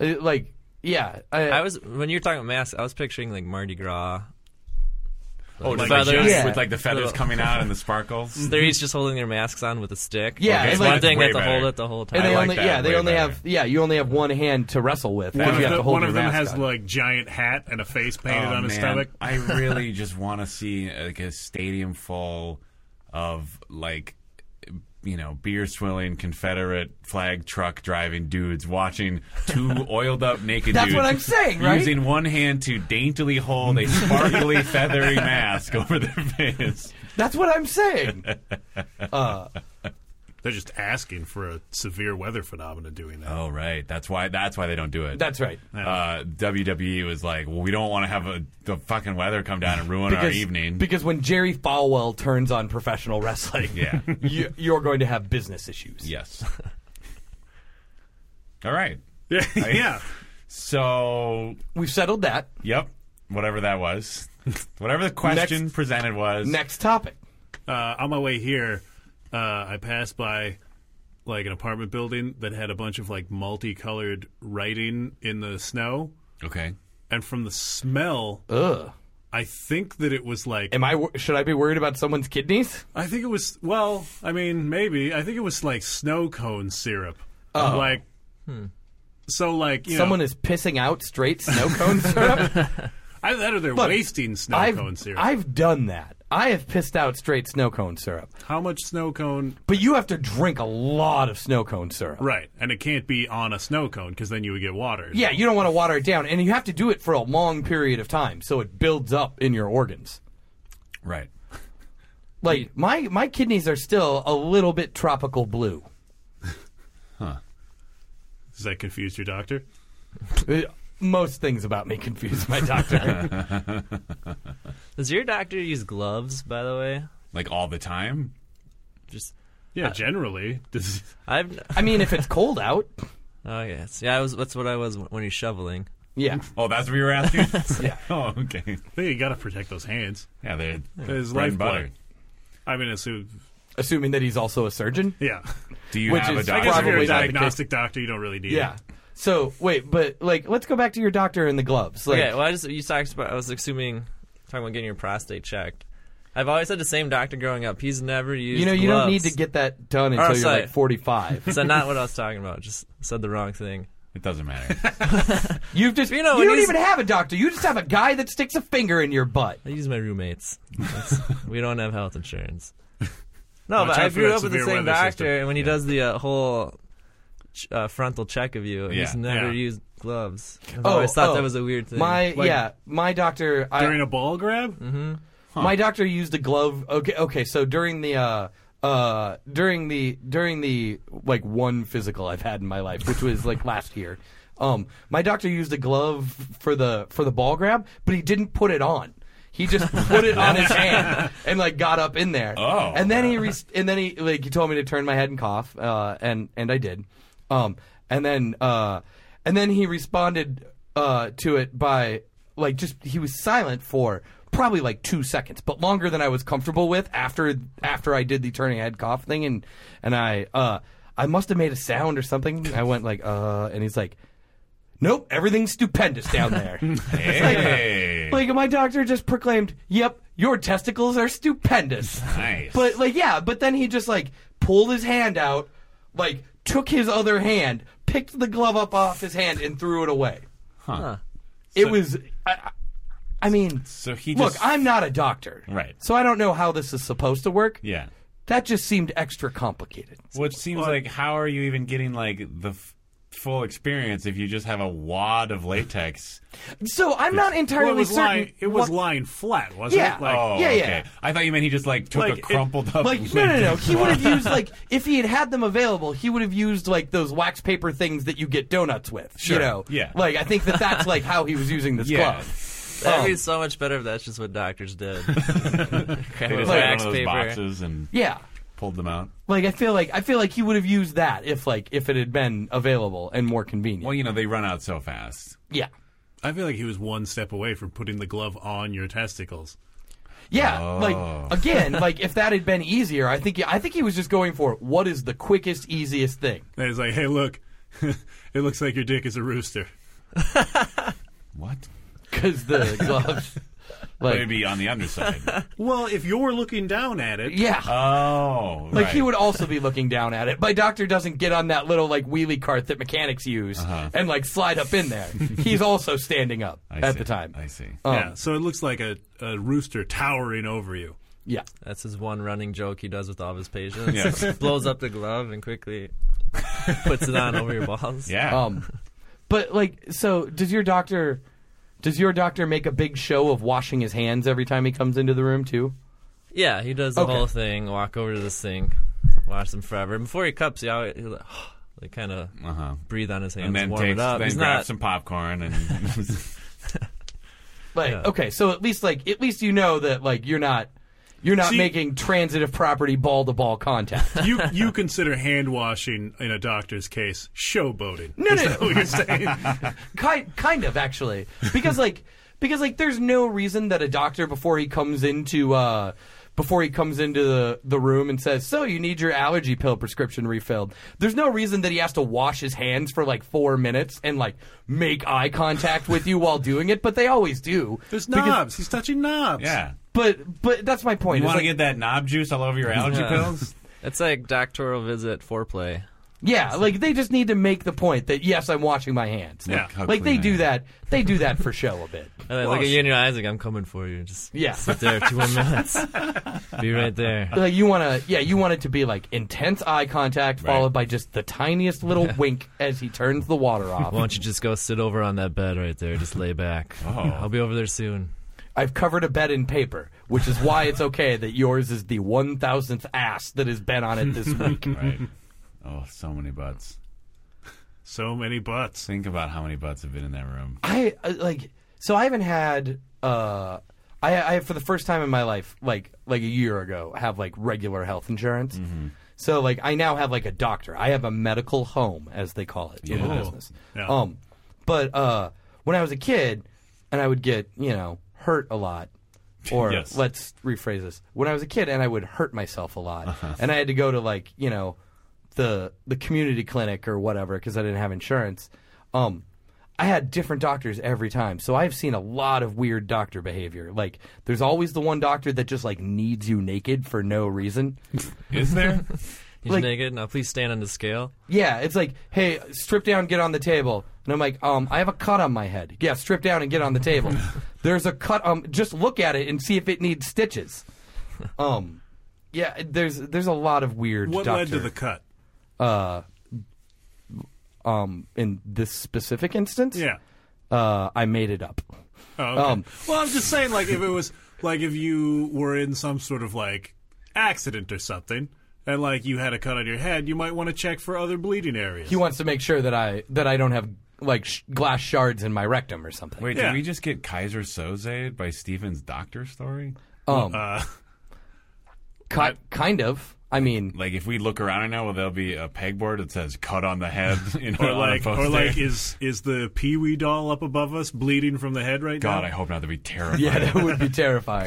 Speaker 6: Uh, like yeah,
Speaker 7: I was when you were talking about masks, I was picturing like Mardi Gras.
Speaker 4: Oh,
Speaker 7: Like
Speaker 4: like
Speaker 7: feathers.
Speaker 4: the giant
Speaker 6: Yeah.
Speaker 4: with like the feathers
Speaker 7: Little-
Speaker 4: coming out and the sparkles.
Speaker 7: They're each just holding their masks on with a stick.
Speaker 6: Mm-hmm. Yeah,
Speaker 7: it's
Speaker 6: and, like-
Speaker 7: one thing
Speaker 4: Way
Speaker 7: they have to hold
Speaker 4: better.
Speaker 7: it the whole time.
Speaker 6: And they
Speaker 4: like
Speaker 6: only,
Speaker 4: that
Speaker 6: yeah, they
Speaker 4: way
Speaker 6: only
Speaker 4: better.
Speaker 6: have, yeah, you only have one hand to wrestle with.
Speaker 5: One
Speaker 6: you
Speaker 5: of,
Speaker 6: have
Speaker 5: the-
Speaker 6: to hold
Speaker 5: one
Speaker 6: your
Speaker 5: of them
Speaker 6: mask
Speaker 5: has
Speaker 6: on.
Speaker 5: like giant hat and a face painted
Speaker 4: Oh,
Speaker 5: on his
Speaker 4: man.
Speaker 5: stomach.
Speaker 4: I really just want to see like a stadium full of like you know beer swilling Confederate flag truck driving dudes watching two oiled up naked
Speaker 6: That's
Speaker 4: dudes
Speaker 6: what I'm saying, right?
Speaker 4: using one hand to daintily hold a sparkly feathery mask over their face.
Speaker 6: That's what I'm saying.
Speaker 5: They're just asking for a severe weather phenomenon doing that.
Speaker 4: Oh right, that's why that's why they don't do it.
Speaker 6: That's right.
Speaker 4: uh, WWE was like, well, we don't want to have a, the fucking weather come down and ruin our
Speaker 6: Because,
Speaker 4: evening.
Speaker 6: because when Jerry Falwell turns on professional wrestling,
Speaker 4: yeah.
Speaker 6: you, you're going to have business issues.
Speaker 4: Yes. All right.
Speaker 5: Yeah, yeah.
Speaker 4: So,
Speaker 6: We've settled that.
Speaker 4: yep, whatever that was, whatever the question
Speaker 6: Next-
Speaker 4: presented was.
Speaker 6: Next topic.
Speaker 5: Uh, on my way here, uh, I passed by like an apartment building that had a bunch of like multicolored writing in the snow,
Speaker 4: Okay.
Speaker 5: and from the smell,
Speaker 6: Ugh.
Speaker 5: I think that it was like
Speaker 6: Am I? wor- Should I be worried about someone's kidneys?
Speaker 5: I think it was well, I mean, maybe. I think it was like snow cone syrup. Like so like you
Speaker 6: Oh. Hmm. Someone
Speaker 5: know,
Speaker 6: is pissing out straight snow cone syrup.
Speaker 5: either that or they're
Speaker 6: Look,
Speaker 5: wasting snow cone
Speaker 6: I've,
Speaker 5: syrup.
Speaker 6: I've done that. I have pissed out straight snow cone syrup.
Speaker 5: How much snow cone
Speaker 6: But you have to drink a lot of snow cone syrup.
Speaker 5: Right. And it can't be on a snow cone because then you would get water.
Speaker 6: Yeah, you don't want to water it down, and you have to do it for a long period of time, so it builds up in your organs.
Speaker 4: Right.
Speaker 6: Like my my kidneys are still a little bit tropical blue.
Speaker 5: Does that confuse your doctor?
Speaker 6: Uh, Most things about me confuse my doctor.
Speaker 7: Does your doctor use gloves, by the way?
Speaker 4: Like all the time.
Speaker 7: Just
Speaker 6: Uh,
Speaker 5: Yeah, generally. Does-
Speaker 7: I've
Speaker 6: I mean, if it's cold out,
Speaker 7: oh yes, yeah. I was that's what I was when you're shoveling.
Speaker 6: yeah,
Speaker 4: Oh, that's what you were asking. Oh, okay.
Speaker 5: I think you got to protect those hands.
Speaker 4: Yeah, they're
Speaker 5: It's
Speaker 4: bread and
Speaker 5: lifeblood.
Speaker 4: butter.
Speaker 5: I mean, assume,
Speaker 6: assuming that he's also a surgeon.
Speaker 5: yeah.
Speaker 4: Do you
Speaker 6: Which
Speaker 4: have
Speaker 6: is
Speaker 4: a
Speaker 5: I guess
Speaker 4: doctor?
Speaker 5: if you're
Speaker 6: Probably
Speaker 5: a
Speaker 6: not the
Speaker 5: diagnostic doctor, you don't really need
Speaker 6: Yeah.
Speaker 5: it.
Speaker 6: So wait, but like, let's go back to your doctor and the gloves. Like,
Speaker 7: Okay, well, I just you talked about. I was assuming talking about getting your prostate checked. I've always had the same doctor growing up. He's never used.
Speaker 6: You know, you don't need
Speaker 7: gloves.
Speaker 6: to get that done
Speaker 7: Oh,
Speaker 6: until you're
Speaker 7: sorry.
Speaker 6: like 45.
Speaker 7: So not what I was talking about. Just said the wrong thing.
Speaker 4: It doesn't matter.
Speaker 6: You've just
Speaker 7: You
Speaker 6: you,
Speaker 7: know, when
Speaker 6: don't
Speaker 7: he's-
Speaker 6: even have a doctor. You just have a guy that sticks a finger in your butt.
Speaker 7: I use my roommates. That's- we don't have health insurance. No,
Speaker 5: Watch
Speaker 7: but
Speaker 5: out
Speaker 7: I
Speaker 5: for
Speaker 7: grew
Speaker 5: that
Speaker 7: up with the
Speaker 5: severe
Speaker 7: same
Speaker 5: weather
Speaker 7: doctor,
Speaker 5: system.
Speaker 7: and when he does the uh, whole ch- uh, frontal check of you, he's
Speaker 4: Yeah,
Speaker 7: never
Speaker 5: yeah.
Speaker 7: used gloves. I've
Speaker 6: Oh,
Speaker 7: always thought
Speaker 6: oh.
Speaker 7: that was a weird thing.
Speaker 6: My
Speaker 5: Like-
Speaker 6: yeah, my doctor. I,
Speaker 5: During a ball grab?
Speaker 6: Mm-hmm. My doctor used a glove. Okay, okay. So during the uh, uh, during the during the like one physical I've had in my life, which was like last year, um, my doctor used a glove for the for the ball grab, but he didn't put it on. He just put it on his hand and like got up in there.
Speaker 4: Oh.
Speaker 6: and then he re- and then he like he told me to turn my head and cough, uh, and and I did, um, and then uh, and then he responded uh, to it by like just he was silent for probably like two seconds, but longer than I was comfortable with after after I did the turning head cough thing, and and I uh, I must have made a sound or something. I went like uh, and he's like, nope, everything's stupendous down there.
Speaker 4: hey,
Speaker 6: like my doctor just proclaimed, yep, your testicles are stupendous.
Speaker 4: nice.
Speaker 6: But like, yeah, but then he just like pulled his hand out, like took his other hand, picked the glove up off his hand, and threw it away.
Speaker 7: Huh.
Speaker 6: It was, I, I- I mean,
Speaker 4: so he
Speaker 6: look,
Speaker 4: just
Speaker 6: I'm not a doctor,
Speaker 4: Right.
Speaker 6: So I don't know how this is supposed to work.
Speaker 4: yeah.
Speaker 6: That just seemed extra complicated.
Speaker 4: Which seems like how are you even getting like the f- full experience if you just have a wad of latex?
Speaker 6: So I'm not entirely
Speaker 5: Well, it was
Speaker 6: certain.
Speaker 5: lying. It was
Speaker 6: what-
Speaker 5: lying flat, wasn't
Speaker 6: Yeah.
Speaker 5: it? Like,
Speaker 4: oh,
Speaker 6: yeah,
Speaker 4: okay.
Speaker 6: yeah.
Speaker 4: I thought you meant he just like took
Speaker 5: Like,
Speaker 4: a
Speaker 5: it-
Speaker 4: crumpled up.
Speaker 6: Like no no no,
Speaker 4: latex
Speaker 6: he would have
Speaker 4: wad.
Speaker 6: used like if he had had them available, he would have used like those wax paper things that you get donuts with.
Speaker 4: Sure,
Speaker 6: You know,
Speaker 4: yeah.
Speaker 6: Like I think that that's like how he was using this
Speaker 4: Yeah.
Speaker 6: glove.
Speaker 7: That'd be
Speaker 6: Um,
Speaker 7: so much better if that's just what doctors did. Grab
Speaker 4: They
Speaker 7: a
Speaker 4: just had one
Speaker 7: wax
Speaker 4: of those
Speaker 7: paper.
Speaker 4: boxes and
Speaker 6: Yeah.
Speaker 4: pulled them out.
Speaker 6: Like I feel like I feel like he would have used that if like if it had been available and more convenient.
Speaker 4: Well, you know they run out so fast.
Speaker 6: yeah.
Speaker 5: I feel like he was one step away from putting the glove on your testicles.
Speaker 6: Yeah,
Speaker 4: Oh.
Speaker 6: like again, like if that had been easier, I think I think he was just going for what is the quickest, easiest thing.
Speaker 5: And it's like, hey, look, it looks like your dick is a rooster.
Speaker 4: What?
Speaker 6: Because the gloves,
Speaker 4: But it'd
Speaker 6: like
Speaker 4: be on the underside.
Speaker 5: Well, if you're looking down at it,
Speaker 6: yeah,
Speaker 4: oh,
Speaker 6: like
Speaker 4: right.
Speaker 6: he would also be looking down at it. My doctor doesn't get on that little like wheelie cart that mechanics use and like slide up in there. He's also standing up
Speaker 4: Uh-huh. I
Speaker 6: at
Speaker 4: see.
Speaker 6: the time.
Speaker 4: I see.
Speaker 6: Um,
Speaker 5: yeah, so it looks like a, a rooster towering over you.
Speaker 6: yeah.
Speaker 7: That's his one running joke he does with all of his patients.
Speaker 4: Yeah.
Speaker 7: Blows up the glove and quickly puts it on over your balls.
Speaker 4: yeah.
Speaker 6: Um, but like, so does your doctor? Does your doctor make a big show of washing his hands every time he comes into the room too?
Speaker 7: Yeah, he does the
Speaker 6: Okay.
Speaker 7: whole thing. Walk over to the sink, watch them forever. And before he cups, he always he like, like kind of
Speaker 4: uh huh.
Speaker 7: breathe on his hands,
Speaker 4: And then
Speaker 7: warm
Speaker 4: takes,
Speaker 7: it up.
Speaker 4: then
Speaker 7: He's
Speaker 4: grabs
Speaker 7: not.
Speaker 4: some popcorn and
Speaker 6: Like,
Speaker 7: Yeah.
Speaker 6: okay, so at least like at least you know that like you're not you're not
Speaker 5: See-
Speaker 6: making transitive property ball to ball contact.
Speaker 5: You you consider hand washing in a doctor's case showboating?
Speaker 6: No,
Speaker 5: Is
Speaker 6: no.
Speaker 5: that what you're saying?
Speaker 6: kind kind of actually because like because like there's no reason that a doctor before he comes into uh before he comes into the, the room and says, So you need your allergy pill prescription refilled. There's no reason that he has to wash his hands for like four minutes and like make eye contact with you while doing it, but they always do.
Speaker 5: There's
Speaker 6: Because-
Speaker 5: knobs. He's touching knobs.
Speaker 4: yeah.
Speaker 6: But but that's my point.
Speaker 4: You
Speaker 6: It's
Speaker 4: want to
Speaker 6: like-
Speaker 4: get that knob juice all over your allergy
Speaker 7: Yeah.
Speaker 4: pills?
Speaker 7: It's like doctoral visit foreplay.
Speaker 6: Yeah, like they just need to make the point that yes, I'm washing my hands.
Speaker 4: Yeah. Look how
Speaker 6: like
Speaker 4: clean
Speaker 6: they
Speaker 4: I
Speaker 6: do
Speaker 4: am.
Speaker 6: that. They do that for show a bit.
Speaker 7: And I look at you in your eyes like I'm coming for you. Just
Speaker 6: Yeah.
Speaker 7: sit there two more minutes. Be right there.
Speaker 6: Like you want to, yeah, you want it to be like intense eye contact
Speaker 4: Right.
Speaker 6: followed by just the tiniest little wink as he turns the water
Speaker 7: Why
Speaker 6: off.
Speaker 7: don't you just go sit over on that bed right there? Just lay back. I'll be over there soon.
Speaker 6: I've covered a bed in paper, which is why it's okay that yours is the one thousandth ass that has been on it this week.
Speaker 4: Right. Oh, so many butts.
Speaker 5: So many butts.
Speaker 4: Think about how many butts have been in that room.
Speaker 6: I uh, like so I haven't had uh I I for the first time in my life like like a year ago have like regular health insurance. So like I now have like a doctor. I have a medical home as they call it in the
Speaker 5: Yeah.
Speaker 6: business.
Speaker 5: Yeah.
Speaker 6: Um but uh when I was a kid and I would get, you know, hurt a lot or
Speaker 4: Yes.
Speaker 6: let's rephrase this. When I was a kid and I would hurt myself a lot and I had to go to like, you know, the the community clinic or whatever because I didn't have insurance. Um I had different doctors every time. So I've seen a lot of weird doctor behavior. Like there's always the one doctor that just like needs you naked for no reason.
Speaker 5: Is there?
Speaker 7: He's
Speaker 6: Like-
Speaker 7: naked. Now please stand on the scale.
Speaker 6: Yeah, it's like, hey, strip down, get on the table. And I'm like, um, I have a cut on my head. Yeah, strip down and get on the table. there's a cut. Um, just look at it and see if it needs stitches. Um, yeah, there's there's a lot of weird.
Speaker 5: What
Speaker 6: doctor,
Speaker 5: led to the cut?
Speaker 6: uh, um, in this specific instance?
Speaker 5: Yeah.
Speaker 6: uh, I made it up.
Speaker 5: Oh, okay.
Speaker 6: Um,
Speaker 5: well, I'm just saying, like, if it was, like, if you were in some sort of, like, accident or something, and, like, you had a cut on your head, you might want to check for other bleeding areas.
Speaker 6: He wants to make sure that I that I don't have like sh- glass shards in my rectum or something.
Speaker 4: Wait,
Speaker 5: Yeah.
Speaker 4: did we just get Kaiser Soze by Stephen's doctor story?
Speaker 6: um,
Speaker 5: uh,
Speaker 6: ki- kind of. I mean,
Speaker 4: Like, if we look around right now, well, there'll be a pegboard that says "cut on the head." You know,
Speaker 5: or,
Speaker 4: on a
Speaker 5: like, or,
Speaker 4: poster.
Speaker 5: like, is is the Pee Wee doll up above us bleeding from the head right
Speaker 4: God,
Speaker 5: now?
Speaker 4: I hope not. That'd be terrifying.
Speaker 6: yeah, that would be terrifying.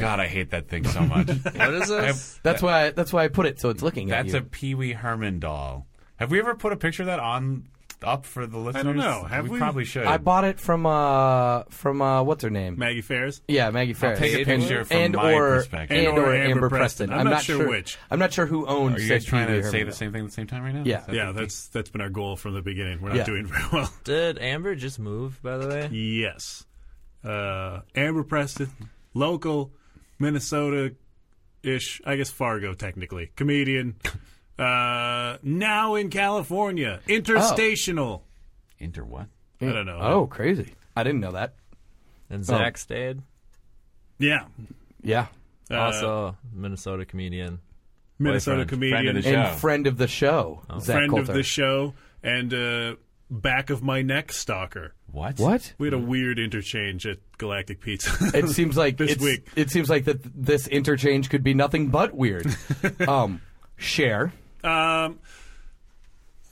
Speaker 4: God, I hate that thing so much.
Speaker 7: What is this?
Speaker 6: That's why that's why I put it so it's looking
Speaker 4: That's a
Speaker 6: at you.
Speaker 4: Pee Wee Herman doll. Have we ever put a picture of that on up for the listeners?
Speaker 5: don't know. Have we?
Speaker 4: probably should.
Speaker 6: I bought it from uh from uh what's her name?
Speaker 5: Maggie Ferris?
Speaker 6: yeah, Maggie Ferris.
Speaker 4: take a picture from
Speaker 6: and
Speaker 4: my
Speaker 6: or,
Speaker 4: perspective.
Speaker 6: And, or Amber, Preston.
Speaker 5: Preston. I'm not sure which.
Speaker 6: I'm not sure who owns.
Speaker 4: Are you guys
Speaker 6: said
Speaker 4: trying
Speaker 6: Pee
Speaker 4: to
Speaker 6: Wee
Speaker 4: say
Speaker 6: Herman
Speaker 4: the
Speaker 6: doll.
Speaker 4: same thing at the same time right now?
Speaker 6: Yeah.
Speaker 4: Is that
Speaker 5: Yeah,
Speaker 4: the-
Speaker 5: that's that's been our goal from the beginning. We're not
Speaker 6: Yeah.
Speaker 5: doing very well.
Speaker 7: Did Amber just move? By the way,
Speaker 5: Yes. Uh, Amber Preston, local Minnesota ish, I guess Fargo technically, comedian. Uh, now in California, interstational.
Speaker 4: Inter what?
Speaker 5: I don't know.
Speaker 6: Oh, crazy! I didn't know that. Oh.
Speaker 7: and Zach stayed.
Speaker 5: Yeah.
Speaker 6: Yeah,
Speaker 5: Uh,
Speaker 7: also, Minnesota comedian.
Speaker 5: Minnesota
Speaker 4: boyfriend,
Speaker 5: comedian,
Speaker 4: friend of the
Speaker 6: and
Speaker 4: Show.
Speaker 6: friend of the show, Zach
Speaker 5: friend of
Speaker 6: Coulter.
Speaker 5: the show, and uh, back of my neck stalker.
Speaker 4: What?
Speaker 6: what?
Speaker 5: We had a weird interchange at Galactic Pizza.
Speaker 6: Hmm. It seems like
Speaker 5: This
Speaker 6: it's-
Speaker 5: week.
Speaker 6: It seems like that th- this interchange could be nothing but weird. um, share.
Speaker 5: Um,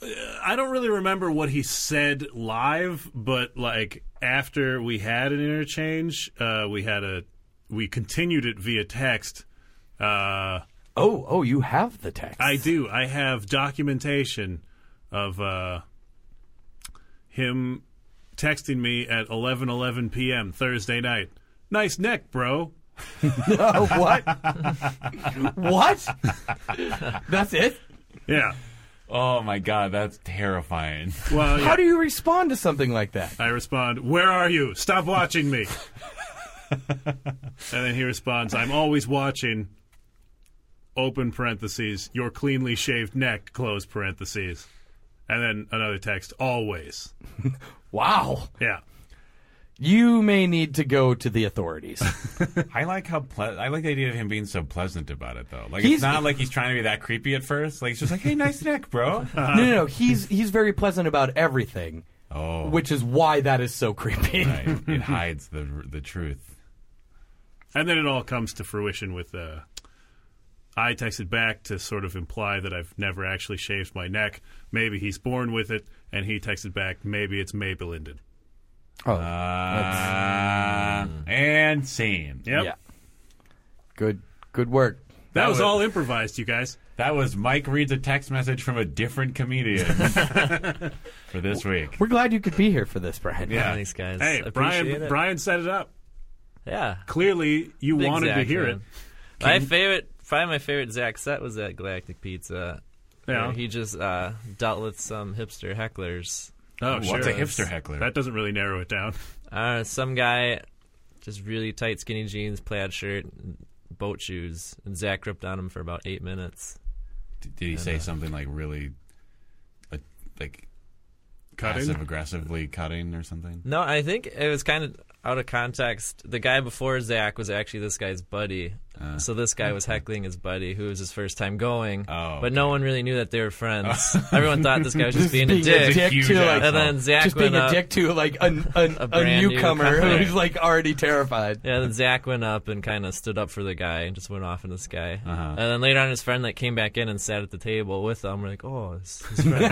Speaker 5: uh, I don't really remember what he said live, but like after we had an interchange, uh, we had a we continued it via text. Uh,
Speaker 6: Oh, oh, you have the text.
Speaker 5: I do. I have documentation of uh, him texting me at eleven eleven p.m. Thursday night. Nice neck, bro.
Speaker 6: Oh, what? what? That's it?
Speaker 5: Yeah.
Speaker 4: Oh my God, that's terrifying.
Speaker 5: Well, yeah.
Speaker 6: How do you respond to something like that?
Speaker 5: I respond, Where are you? Stop watching me. and then he responds, I'm always watching, open parentheses, your cleanly shaved neck, close parentheses. And then another text, always.
Speaker 6: Wow.
Speaker 5: Yeah.
Speaker 6: You may need to go to the authorities.
Speaker 7: Uh-huh.
Speaker 4: I like how ple- I like the idea of him being so pleasant about it though. Like
Speaker 6: He's-
Speaker 4: it's not like he's trying to be that creepy at first. Like it's just like, hey, nice neck, bro.
Speaker 6: no, no, no. He's he's very pleasant about everything,
Speaker 4: oh,
Speaker 6: which is why that is so creepy.
Speaker 4: right. it hides the the truth.
Speaker 5: And then it all comes to fruition with uh, I texted back to sort of imply that I've never actually shaved my neck. Maybe he's born with it. And he texted back, Maybe it's Mabel ended.
Speaker 6: Oh,
Speaker 4: Uh, and scene.
Speaker 5: Yep.
Speaker 6: yeah. Good, good work.
Speaker 5: That,
Speaker 4: That
Speaker 5: was
Speaker 4: would-
Speaker 5: all improvised, you guys.
Speaker 4: That was Mike reads a text message from a different comedian for this week.
Speaker 6: We're glad you could be here for this, Brian.
Speaker 7: Yeah, thanks guys.
Speaker 5: Hey,
Speaker 7: Appreciate
Speaker 5: Brian,
Speaker 7: it.
Speaker 5: Brian set it up.
Speaker 7: Yeah,
Speaker 5: clearly you
Speaker 7: Big
Speaker 5: wanted to
Speaker 7: Zach
Speaker 5: hear
Speaker 7: fan. My favorite, probably my favorite Zach set was at Galactic Pizza.
Speaker 5: Yeah.
Speaker 7: where he just uh, dealt with some hipster hecklers.
Speaker 5: it. Oh,
Speaker 4: What's a hipster heckler?
Speaker 5: That doesn't really narrow it down.
Speaker 7: Uh, some guy, just really tight skinny jeans, plaid shirt, and boat shoes, and Zach ripped on him for about eight minutes.
Speaker 4: D- Did he say something like really, uh, like
Speaker 5: Cutting.
Speaker 4: passive aggressively cutting or something?
Speaker 7: No, I think it was kind of out of context. The guy before Zach was actually this guy's buddy,
Speaker 6: Uh,
Speaker 7: so this guy was heckling his buddy, who was his first time going.
Speaker 4: Oh,
Speaker 7: but no
Speaker 4: okay.
Speaker 7: one really knew that they were friends. Everyone thought this guy was just being,
Speaker 6: being a
Speaker 7: a
Speaker 6: dick
Speaker 7: dick.
Speaker 4: Huge
Speaker 6: to, like,
Speaker 4: asshole.
Speaker 7: and then Zach
Speaker 6: Just
Speaker 7: went
Speaker 6: being a
Speaker 7: up.
Speaker 6: dick to like an, an,
Speaker 7: A
Speaker 6: a,
Speaker 7: brand new
Speaker 6: newcomer
Speaker 7: comer.
Speaker 6: who's like already terrified.
Speaker 7: Yeah, then Zach went up and kind of stood up for the guy and just went off in the sky. And then later on, his friend that came back in and sat at the table with them, we're like, oh, his, his friend.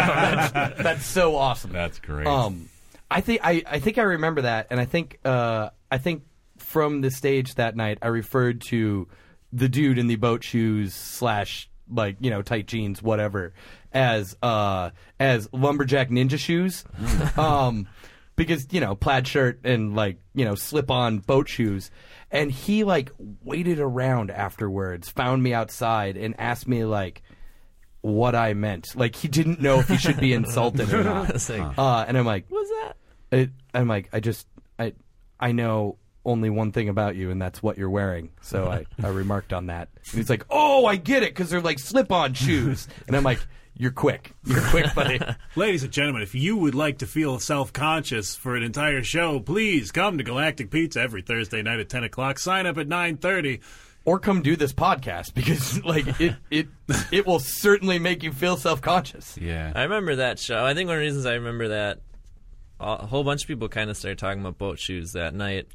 Speaker 6: That's so awesome.
Speaker 4: That's great.
Speaker 7: Oh.
Speaker 6: Um, I think I, I think I remember that, and I think uh, I think from the stage that night, I referred to the dude in the boat shoes slash like you know tight jeans, whatever, as uh, as lumberjack ninja shoes. um, because you know plaid shirt and like you know slip on boat shoes and he like waited around afterwards found me outside and asked me like what i meant like he didn't know if he should be insulted or not
Speaker 7: It's like,
Speaker 6: uh, and i'm like what's that it, i'm like i just i i know only one thing about you and that's what you're wearing so i i remarked on that and he's like oh i get it because they're like slip on shoes and i'm like you're quick you're quick buddy
Speaker 5: Ladies and gentlemen, if you would like to feel self conscious for an entire show, please come to Galactic Pizza every Thursday night at ten o'clock. Sign up at nine thirty.
Speaker 6: or come do this podcast because like it it it will certainly make you feel self-conscious.
Speaker 4: Yeah.
Speaker 7: I remember that show. I think one of the reasons I remember that a whole bunch of people kind of started talking about boat shoes that night.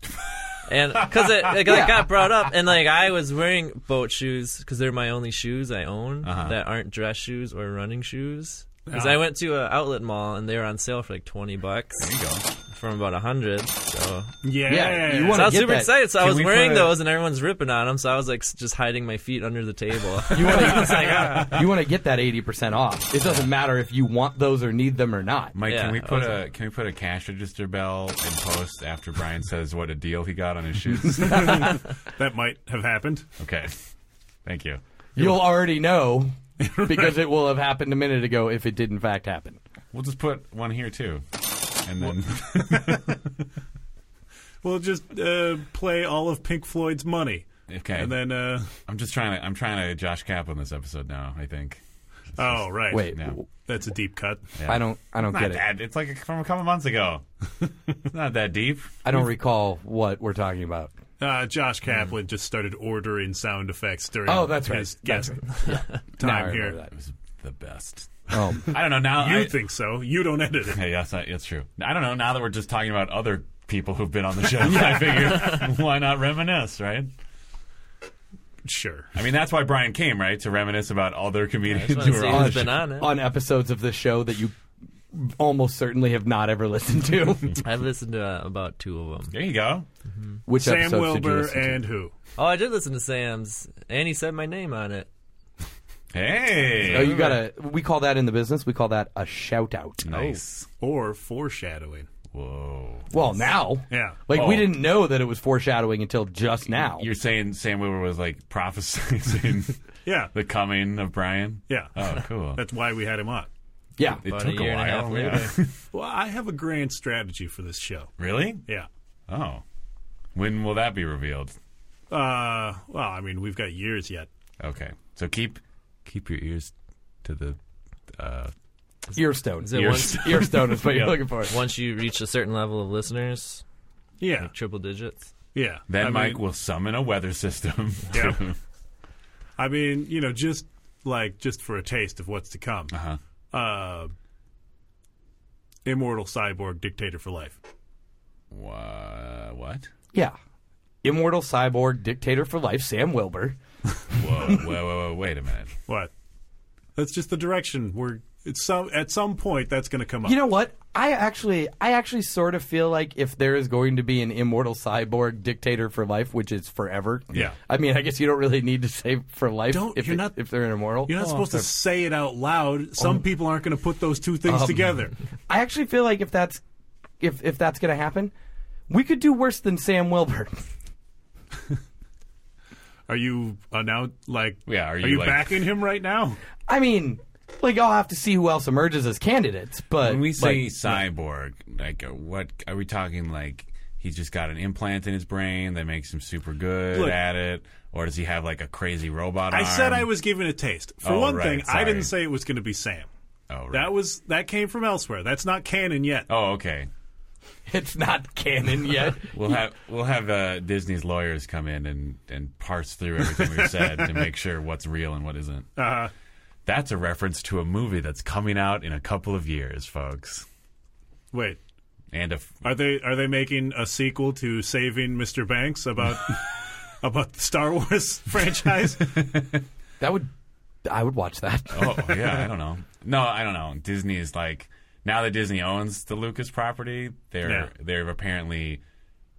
Speaker 7: And because it, it got-
Speaker 6: Yeah.
Speaker 7: got brought up, and like I was wearing boat shoes because they're my only shoes I own that aren't dress shoes or running shoes. Because I went to an outlet mall and they were on sale for like twenty bucks. There you go. From about a hundred, so
Speaker 5: Yeah,
Speaker 6: Yeah, you want
Speaker 7: so I was
Speaker 6: to
Speaker 7: super excited. So I
Speaker 6: Can
Speaker 7: was
Speaker 6: we
Speaker 7: wearing
Speaker 6: put a-
Speaker 7: those, and everyone's ripping on them. So I was like s- just hiding my feet under the table.
Speaker 6: You want
Speaker 7: "Ah."
Speaker 6: to you want to get that eighty percent off. It doesn't matter if you want those or need them or not.
Speaker 4: Mike,
Speaker 7: Yeah,
Speaker 4: can we
Speaker 7: I
Speaker 4: put
Speaker 7: was
Speaker 4: a can we put a cash register bell in post after Brian says what a deal he got on his shoes?
Speaker 5: that might have happened.
Speaker 4: okay. Thank you.
Speaker 6: You'll already know because it will have happened a minute ago if it did in fact happen.
Speaker 4: We'll just put one here too. And then
Speaker 5: We'll just uh, play all of Pink Floyd's money,
Speaker 4: Okay.
Speaker 5: and then uh,
Speaker 4: I'm just trying to I'm trying to Josh Kaplan this episode now, I think.
Speaker 5: oh right,
Speaker 6: Wait,
Speaker 4: Yeah.
Speaker 6: w-
Speaker 5: that's a deep cut.
Speaker 6: I don't I don't
Speaker 4: Not
Speaker 6: get it.
Speaker 4: that. It's like from a couple months ago. it's not that deep.
Speaker 6: I don't recall what we're talking about.
Speaker 5: Uh, Josh Kaplan just started ordering sound effects during
Speaker 6: Oh, that's right.
Speaker 5: his
Speaker 6: That's
Speaker 5: guest
Speaker 6: Now I
Speaker 5: time
Speaker 6: remember
Speaker 5: here.
Speaker 4: It was the best.
Speaker 6: that. Oh,
Speaker 4: I don't know now.
Speaker 5: You
Speaker 4: I,
Speaker 5: think so? You don't edit it.
Speaker 4: Hey, yes, I, it's true. I don't know. Now that we're just talking about other people who've been on the show, I figure why not reminisce, right?
Speaker 5: Sure.
Speaker 4: I mean, that's why Brian came, right, to reminisce about other comedians
Speaker 7: Just wanna
Speaker 4: who were
Speaker 7: see
Speaker 4: on the
Speaker 7: who's
Speaker 4: show.
Speaker 7: been on it.
Speaker 6: on episodes of the show that you almost certainly have not ever listened to.
Speaker 7: I've listened to uh, about two of them.
Speaker 4: There you go.
Speaker 6: Which
Speaker 5: Sam
Speaker 6: episodes did you
Speaker 5: Wilbur
Speaker 6: listen to?
Speaker 5: and who?
Speaker 7: Oh, I did listen to Sam's, and he said my name on it.
Speaker 4: Hey,
Speaker 6: Oh, you got to We call that in the business. We call that a shout out.
Speaker 4: nice.
Speaker 5: Oh. Or foreshadowing.
Speaker 4: Whoa.
Speaker 6: Well, now,
Speaker 5: Yeah.
Speaker 6: like we
Speaker 4: Oh.
Speaker 6: didn't know that it was foreshadowing until just now.
Speaker 4: You're saying Sam Weaver was like prophesying
Speaker 5: Yeah.
Speaker 4: the coming of Brian?
Speaker 5: Yeah.
Speaker 4: Oh, cool.
Speaker 5: That's why we had him on.
Speaker 6: yeah,
Speaker 4: it
Speaker 7: About a
Speaker 4: took a,
Speaker 7: year and a half
Speaker 4: while. yeah.
Speaker 5: Well, I have a grand strategy for this show.
Speaker 4: really?
Speaker 5: Yeah.
Speaker 4: Oh. When will that be revealed?
Speaker 5: Uh, well, I mean, we've got years yet.
Speaker 4: Okay. So keep keep your ears to the
Speaker 6: earstone.
Speaker 7: Is it
Speaker 4: You're-
Speaker 7: once
Speaker 6: Earstone is what you're
Speaker 4: Yeah.
Speaker 6: looking for.
Speaker 7: once you reach a certain level of listeners,
Speaker 5: Yeah.
Speaker 7: triple digits?
Speaker 5: Yeah.
Speaker 4: Then
Speaker 5: I
Speaker 4: Mike
Speaker 5: mean,
Speaker 4: will summon a weather system.
Speaker 5: Yeah. I mean, you know, just like just for a taste of what's to come.
Speaker 4: Uh-huh.
Speaker 5: Uh, immortal cyborg dictator for life.
Speaker 4: Wha- what?
Speaker 6: Yeah, immortal cyborg dictator for life, Sam Wilbur.
Speaker 4: Whoa, whoa, whoa, whoa, wait a minute.
Speaker 5: What? That's just the direction we're. It's some at some point that's going to come up.
Speaker 6: You know what? I actually, I actually sort of feel like if there is going to be an immortal cyborg dictator for life, which is forever.
Speaker 5: Yeah.
Speaker 6: I mean, I guess you don't really need to say for life
Speaker 5: Don't-
Speaker 6: if
Speaker 5: you're
Speaker 6: it-
Speaker 5: not-
Speaker 6: if they're immortal.
Speaker 4: Oh,
Speaker 6: Oh,
Speaker 5: You're not supposed to say it out loud. Some people aren't going to put those two
Speaker 4: Um,
Speaker 5: things together.
Speaker 6: I actually feel like if that's if if that's gonna happen, we could do worse than Sam Wilbur.
Speaker 5: Are you announce like?
Speaker 4: Yeah, are
Speaker 5: Are you,
Speaker 4: you, like-
Speaker 5: backing him right now?
Speaker 6: I mean, like I'll have to see who else emerges as candidates. But
Speaker 4: When we say
Speaker 6: like,
Speaker 4: cyborg, like uh, what are we talking like he's just got an implant in his brain that makes him super good
Speaker 5: Look.
Speaker 4: at it or does he have like a crazy robot
Speaker 5: I
Speaker 4: arm?
Speaker 5: said I was giving a taste. For
Speaker 4: Oh,
Speaker 5: one
Speaker 4: right,
Speaker 5: thing, I
Speaker 4: sorry.
Speaker 5: didn't say it was going to be Sam.
Speaker 4: Oh, right.
Speaker 5: That was that came from elsewhere. That's not canon yet.
Speaker 4: Oh, okay.
Speaker 6: it's not canon yet.
Speaker 4: We'll have we'll have uh, Disney's lawyers come in and, and parse through everything we've said to make sure what's real and what isn't.
Speaker 5: Uh,
Speaker 4: That's a reference to a movie that's coming out in a couple of years, folks.
Speaker 5: wait,
Speaker 4: And if
Speaker 5: are they are they making a sequel to Saving Mr. Banks about about the Star Wars franchise?
Speaker 6: that would I would watch that.
Speaker 4: oh yeah, I don't know. No, I don't know. Disney is like now that Disney owns the Lucas property, they're
Speaker 5: Yeah.
Speaker 4: they're apparently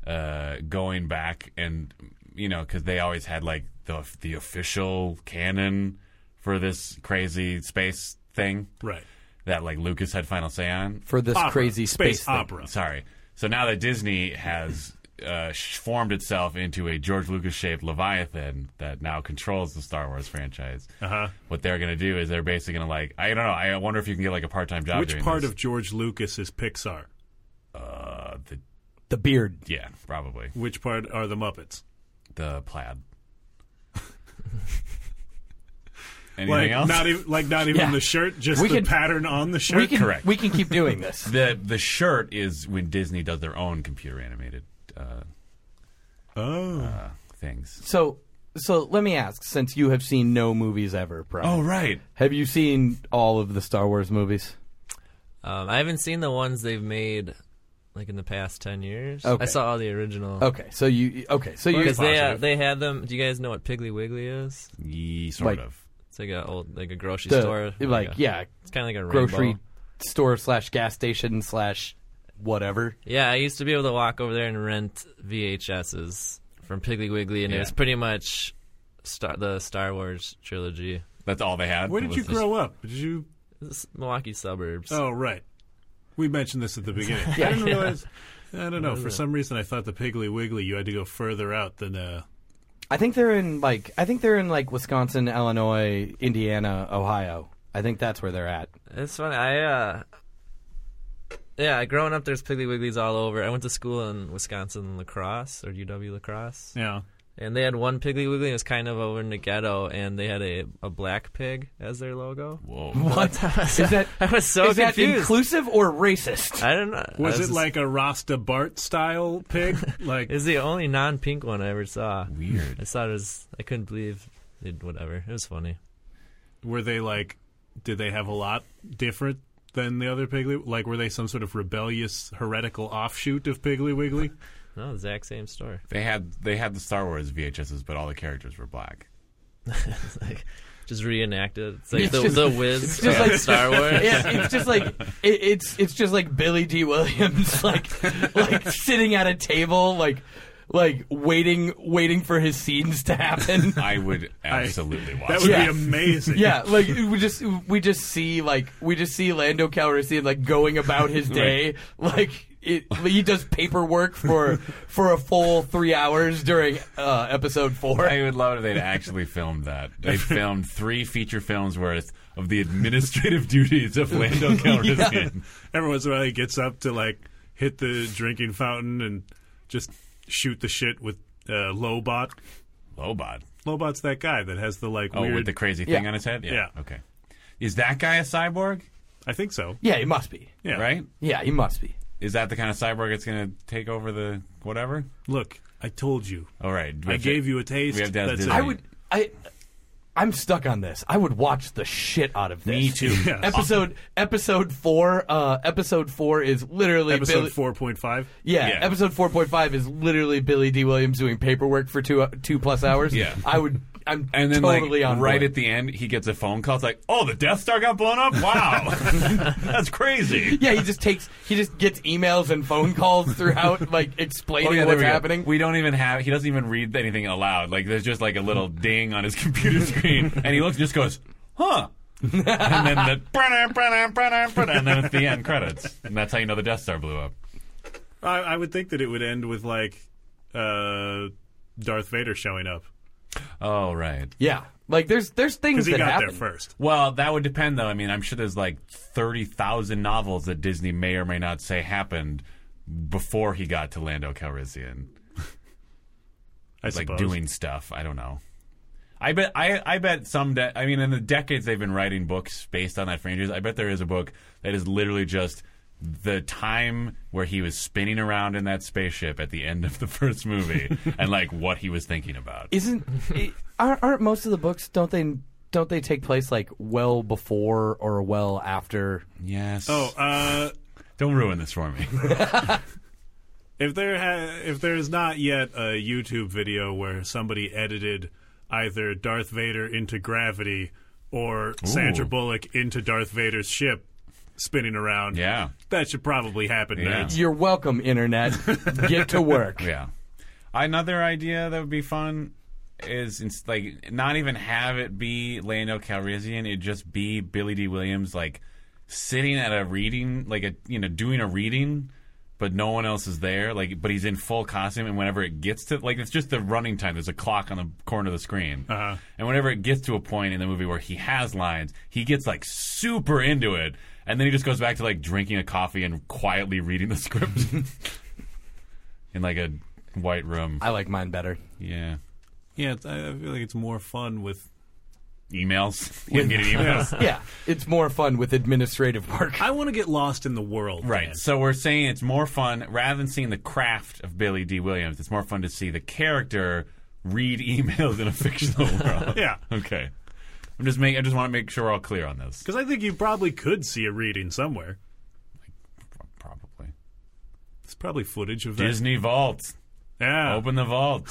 Speaker 4: uh, going back and you know because they always had like the the official canon for this crazy space thing.
Speaker 5: right.
Speaker 4: that like Lucas had final say on.
Speaker 6: for this
Speaker 5: Opera.
Speaker 6: crazy
Speaker 5: space,
Speaker 6: space, thing.
Speaker 5: opera.
Speaker 4: Sorry. So now that Disney has uh, sh- formed itself into a George Lucas shaped Leviathan that now controls the Star Wars franchise,
Speaker 5: Uh-huh.
Speaker 4: what they're going to do is they're basically going to like I don't know. I wonder if you can get like a part time job.
Speaker 5: Which
Speaker 4: doing
Speaker 5: part
Speaker 4: this.
Speaker 5: of George Lucas is Pixar?
Speaker 4: uh, the
Speaker 6: The beard.
Speaker 4: yeah probably
Speaker 5: Which part are the Muppets?
Speaker 4: the plaid. Anything
Speaker 5: like
Speaker 4: else?
Speaker 5: not e-, even like not even
Speaker 6: Yeah.
Speaker 5: the shirt, just
Speaker 6: We
Speaker 5: the
Speaker 6: could-
Speaker 5: pattern on the shirt.
Speaker 6: We can
Speaker 4: correct.
Speaker 6: we can keep doing this.
Speaker 4: the the shirt is when Disney does their own computer animated uh,
Speaker 5: oh,
Speaker 4: uh, things.
Speaker 6: So so let me ask, since you have seen no movies ever, Brian,
Speaker 4: Oh right,
Speaker 6: have you seen all of the Star Wars movies?
Speaker 7: Um, I haven't seen the ones they've made like in the past ten years.
Speaker 6: Okay.
Speaker 7: I saw all the original.
Speaker 6: Okay, so you okay, so you
Speaker 7: Because they uh,
Speaker 4: Positive.
Speaker 7: they had them. Do you guys know what Piggly Wiggly is?
Speaker 4: Ye, sort
Speaker 6: Like-
Speaker 4: of.
Speaker 7: It's like a old like a grocery
Speaker 6: the-
Speaker 7: store.
Speaker 6: like
Speaker 7: a-
Speaker 6: yeah,
Speaker 7: it's kind of like a
Speaker 6: grocery
Speaker 7: rainbow.
Speaker 6: store slash gas station slash whatever.
Speaker 7: Yeah, I used to be able to walk over there and rent VHSs from Piggly Wiggly, and
Speaker 4: Yeah.
Speaker 7: it was pretty much star- the Star Wars trilogy.
Speaker 4: That's all they had.
Speaker 5: where did
Speaker 4: was
Speaker 5: you
Speaker 4: just-
Speaker 5: grow up? Did you?
Speaker 7: It's Milwaukee suburbs.
Speaker 5: Oh, right. We mentioned this at the beginning. I didn't realize. I don't know. For some reason, I thought the Piggly Wiggly. You had to go further out than uh,
Speaker 6: I think they're in like I think they're in like Wisconsin, Illinois, Indiana, Ohio. I think that's where they're at.
Speaker 7: It's funny. I uh, yeah, growing up, there's Piggly Wigglies all over. I went to school in Wisconsin, Lacrosse or UW Lacrosse,
Speaker 5: you know.
Speaker 7: and they had one Piggly Wiggly. It was kind of over in the ghetto, and they had a, a black pig as their logo.
Speaker 4: Whoa.
Speaker 6: What is that?
Speaker 7: I was so
Speaker 6: is that
Speaker 7: confused.
Speaker 6: inclusive or racist?
Speaker 7: I don't know. I
Speaker 5: Was it
Speaker 7: just-
Speaker 5: like a Rasta Bart style pig? Like
Speaker 7: It was the only non-pink one I ever saw.
Speaker 4: Weird.
Speaker 7: I thought it was. I couldn't believe. It, whatever. It was funny.
Speaker 5: were they like did they have a lot different than the other Piggly? Like were they some sort of rebellious heretical offshoot of Piggly Wiggly?
Speaker 7: No, the exact same store.
Speaker 4: They had they had the Star Wars VHSs, but all the characters were black.
Speaker 7: It's like just reenacted. It's like
Speaker 6: It's
Speaker 7: the,
Speaker 6: just-
Speaker 7: the Wiz
Speaker 6: just
Speaker 7: of
Speaker 6: like-
Speaker 7: Star Wars.
Speaker 6: yeah, it's just like it, it's it's just like Billy D. Williams, like like sitting at a table, like like waiting waiting for his scenes to happen.
Speaker 4: I would absolutely watch.
Speaker 5: That would
Speaker 6: Yeah.
Speaker 5: be amazing.
Speaker 6: Yeah, like we just we just see like we just see Lando Calrissian like going about his day, like it, he does paperwork for for a full three hours during uh, episode four.
Speaker 4: I would love it if they'd actually filmed that. They filmed three feature films worth of the administrative duties of Lando Calrissian.
Speaker 5: Every once in a while he gets up to like hit the drinking fountain and just shoot the shit with uh, Lobot.
Speaker 4: Lobot.
Speaker 5: Lobot's that guy that has the like
Speaker 4: Oh,
Speaker 5: weird.
Speaker 4: with the crazy thing
Speaker 6: Yeah.
Speaker 4: on his head.
Speaker 5: Yeah.
Speaker 4: Okay. Is that guy a cyborg?
Speaker 5: I think so.
Speaker 6: Yeah, he must be.
Speaker 5: Yeah.
Speaker 4: Right.
Speaker 6: Yeah, he must be.
Speaker 4: Is that the kind of cyborg that's going to take over the whatever?
Speaker 5: Look, I told you.
Speaker 4: All right.
Speaker 5: I gave you a taste.
Speaker 4: we have to have
Speaker 5: That's
Speaker 4: Disney.
Speaker 5: it.
Speaker 6: I would. I. I'm stuck on this. I would watch the shit out of this.
Speaker 4: Me too.
Speaker 5: Yeah.
Speaker 6: Episode episode four. Uh, episode four is literally Billy,
Speaker 5: Episode four point five.
Speaker 6: Yeah,
Speaker 4: Yeah.
Speaker 6: episode four point five is literally Billy D. Williams doing paperwork for two uh, two plus hours.
Speaker 4: Yeah.
Speaker 6: I would. I'm
Speaker 4: And then,
Speaker 6: totally
Speaker 4: like,
Speaker 6: on
Speaker 4: right
Speaker 6: board.
Speaker 4: at the end, he gets a phone call. It's like, oh, the Death Star got blown up? Wow. That's crazy.
Speaker 6: Yeah, he just takes he just gets emails and phone calls throughout, like explaining
Speaker 4: Oh, yeah, there
Speaker 6: what's
Speaker 4: we go.
Speaker 6: happening.
Speaker 4: We don't even have, he doesn't even read anything aloud. Like, there's just like a little ding on his computer screen. And he looks and just goes, huh. and then the, "Brunner, brunner, brunner, brunner," and then at the end, credits. And that's how you know the Death Star blew up.
Speaker 5: I, I would think that it would end with like uh, Darth Vader showing up
Speaker 4: Oh, right.
Speaker 6: yeah, like there's there's
Speaker 5: because
Speaker 6: things
Speaker 5: he
Speaker 6: that
Speaker 5: got
Speaker 6: happen.
Speaker 5: there first.
Speaker 4: Well, that would depend, though. I mean, I'm sure there's like 30,000 novels that Disney may or may not say happened before he got to Lando Calrissian.
Speaker 5: I
Speaker 4: like
Speaker 5: suppose.
Speaker 4: doing stuff. I don't know. I bet I, I bet some. De- I mean, in the decades they've been writing books based on that franchise, I bet there is a book that is literally just the time where he was spinning around in that spaceship at the end of the first movie and like what he was thinking about.
Speaker 6: Isn't i- aren't, aren't most of the books don't they don't they take place like well before or well after?
Speaker 4: Yes.
Speaker 5: Oh, uh,
Speaker 4: don't ruin this for me.
Speaker 5: if there ha- if there is not yet a YouTube video where somebody edited either Darth Vader into gravity or Sandra Bullock into Darth Vader's ship spinning around,
Speaker 4: yeah.
Speaker 5: that should probably happen.
Speaker 4: Yeah.
Speaker 5: nerds.
Speaker 6: You're welcome, internet. Get to work.
Speaker 4: Yeah. Another idea that would be fun is it's like not even have it be Lando Calrissian. It just be Billy D. Williams like sitting at a reading, like a you know doing a reading, but no one else is there. Like, but he's in full costume, and whenever it gets to like, it's just the running time. There's a clock on the corner of the screen,
Speaker 5: Uh-huh.
Speaker 4: and whenever it gets to a point in the movie where he has lines, he gets like super into it, and then he just goes back to like drinking a coffee and quietly reading the script in like a white room.
Speaker 6: I like mine better.
Speaker 4: Yeah,
Speaker 5: Yeah, it's, I I feel like it's more fun with.
Speaker 4: emails. You didn't get any emails.
Speaker 6: yeah, it's more fun with administrative work.
Speaker 5: I want to get lost in the world.
Speaker 4: Right.
Speaker 5: man.
Speaker 4: So we're saying it's more fun rather than seeing the craft of Billy D. Williams. It's more fun to see the character read emails in a fictional world.
Speaker 5: Yeah.
Speaker 4: Okay. I'm just make. I just want to make sure we're all clear on this.
Speaker 5: Because I think you probably could see a reading somewhere.
Speaker 4: Probably
Speaker 5: It's probably footage of that.
Speaker 4: Disney Vault.
Speaker 5: Yeah.
Speaker 4: Open the vault.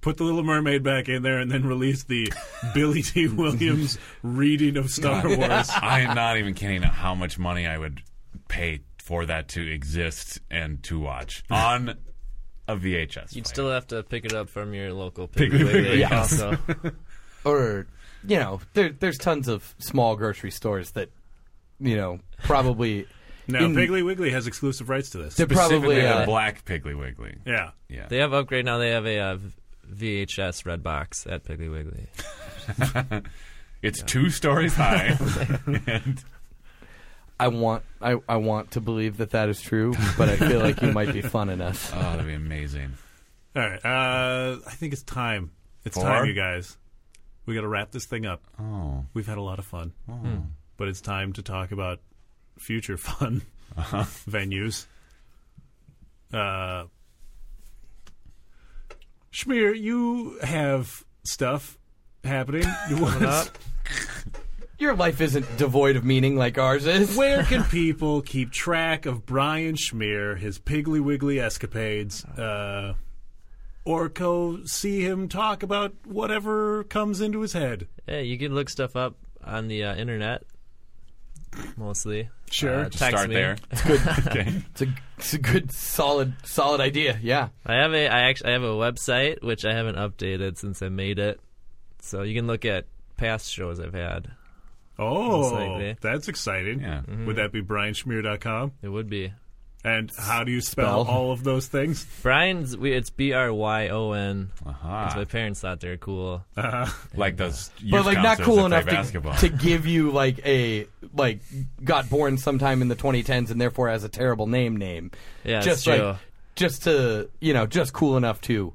Speaker 5: Put the Little Mermaid back in there and then release the Billy D. Williams reading of Star Wars.
Speaker 4: I am not even kidding. How much money I would pay for that to exist and to watch on a VHS. player.
Speaker 7: You'd still have to pick it up from your local Piggly Wiggly.
Speaker 6: yeah.
Speaker 7: Also,
Speaker 6: or you know, there, there's tons of small grocery stores that you know probably
Speaker 5: Now,
Speaker 6: In-
Speaker 5: Piggly Wiggly has exclusive rights to this.
Speaker 6: they're probably
Speaker 4: specifically
Speaker 6: uh,
Speaker 4: the Black Piggly Wiggly.
Speaker 5: Yeah.
Speaker 4: Yeah.
Speaker 7: they have upgrade now. They have a uh, v- VHS red box at Piggly Wiggly.
Speaker 4: It's two stories high. and
Speaker 6: I want I, I want to believe that that is true, but I feel like you might be fun enough.
Speaker 4: oh, that'd be amazing.
Speaker 5: All right. Uh, I think it's time. It's
Speaker 4: For?
Speaker 5: time, you guys. We got to wrap this thing up.
Speaker 4: Oh.
Speaker 5: We've had a lot of fun, but it's time to talk about future fun venues. Uh, Shmear, you have stuff happening. You want us-
Speaker 6: Your life isn't devoid of meaning like ours is.
Speaker 5: Where can people keep track of Brian Schmier, his Piggly Wiggly escapades, uh, or go see him talk about whatever comes into his head?
Speaker 7: Hey, you can look stuff up on the uh, internet, mostly.
Speaker 5: Sure.
Speaker 7: Uh,
Speaker 5: Just
Speaker 7: text
Speaker 4: Start
Speaker 7: me.
Speaker 4: there. okay.
Speaker 6: It's a, it's a good solid solid idea. Yeah.
Speaker 7: I have a I actually I have a website which I haven't updated since I made it, so you can look at past shows I've had. Most
Speaker 5: Oh,
Speaker 7: likely.
Speaker 5: that's exciting.
Speaker 4: Yeah.
Speaker 5: Would that be brianschmier.com?
Speaker 7: It would be
Speaker 5: And how do you spell,
Speaker 6: Spell.
Speaker 5: all of those things?
Speaker 7: Brian's. We, it's B R Y O N.
Speaker 4: Uh-huh.
Speaker 7: Because my parents thought they were cool.
Speaker 4: like those. Youth
Speaker 6: But like not
Speaker 4: concerts
Speaker 6: cool
Speaker 4: that play
Speaker 6: enough to,
Speaker 4: basketball.
Speaker 6: to give you like a like got born sometime in the 2010s and therefore has a terrible name name.
Speaker 7: Yeah, it's
Speaker 6: just
Speaker 7: true.
Speaker 6: like just to you know just cool enough to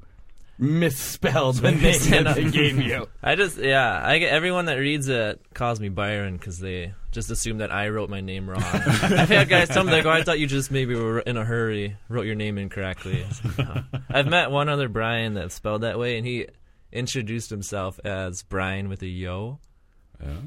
Speaker 6: misspell the name
Speaker 7: Misspell.
Speaker 6: that they gave you.
Speaker 7: I just yeah. I get everyone that reads it calls me Byron because they just assume that I wrote my name wrong. I've had guys tell me like, "Oh, I thought you just maybe were in a hurry, wrote your name incorrectly." No. I've met one other Brian that spelled that way, and he introduced himself as Brian with a yo.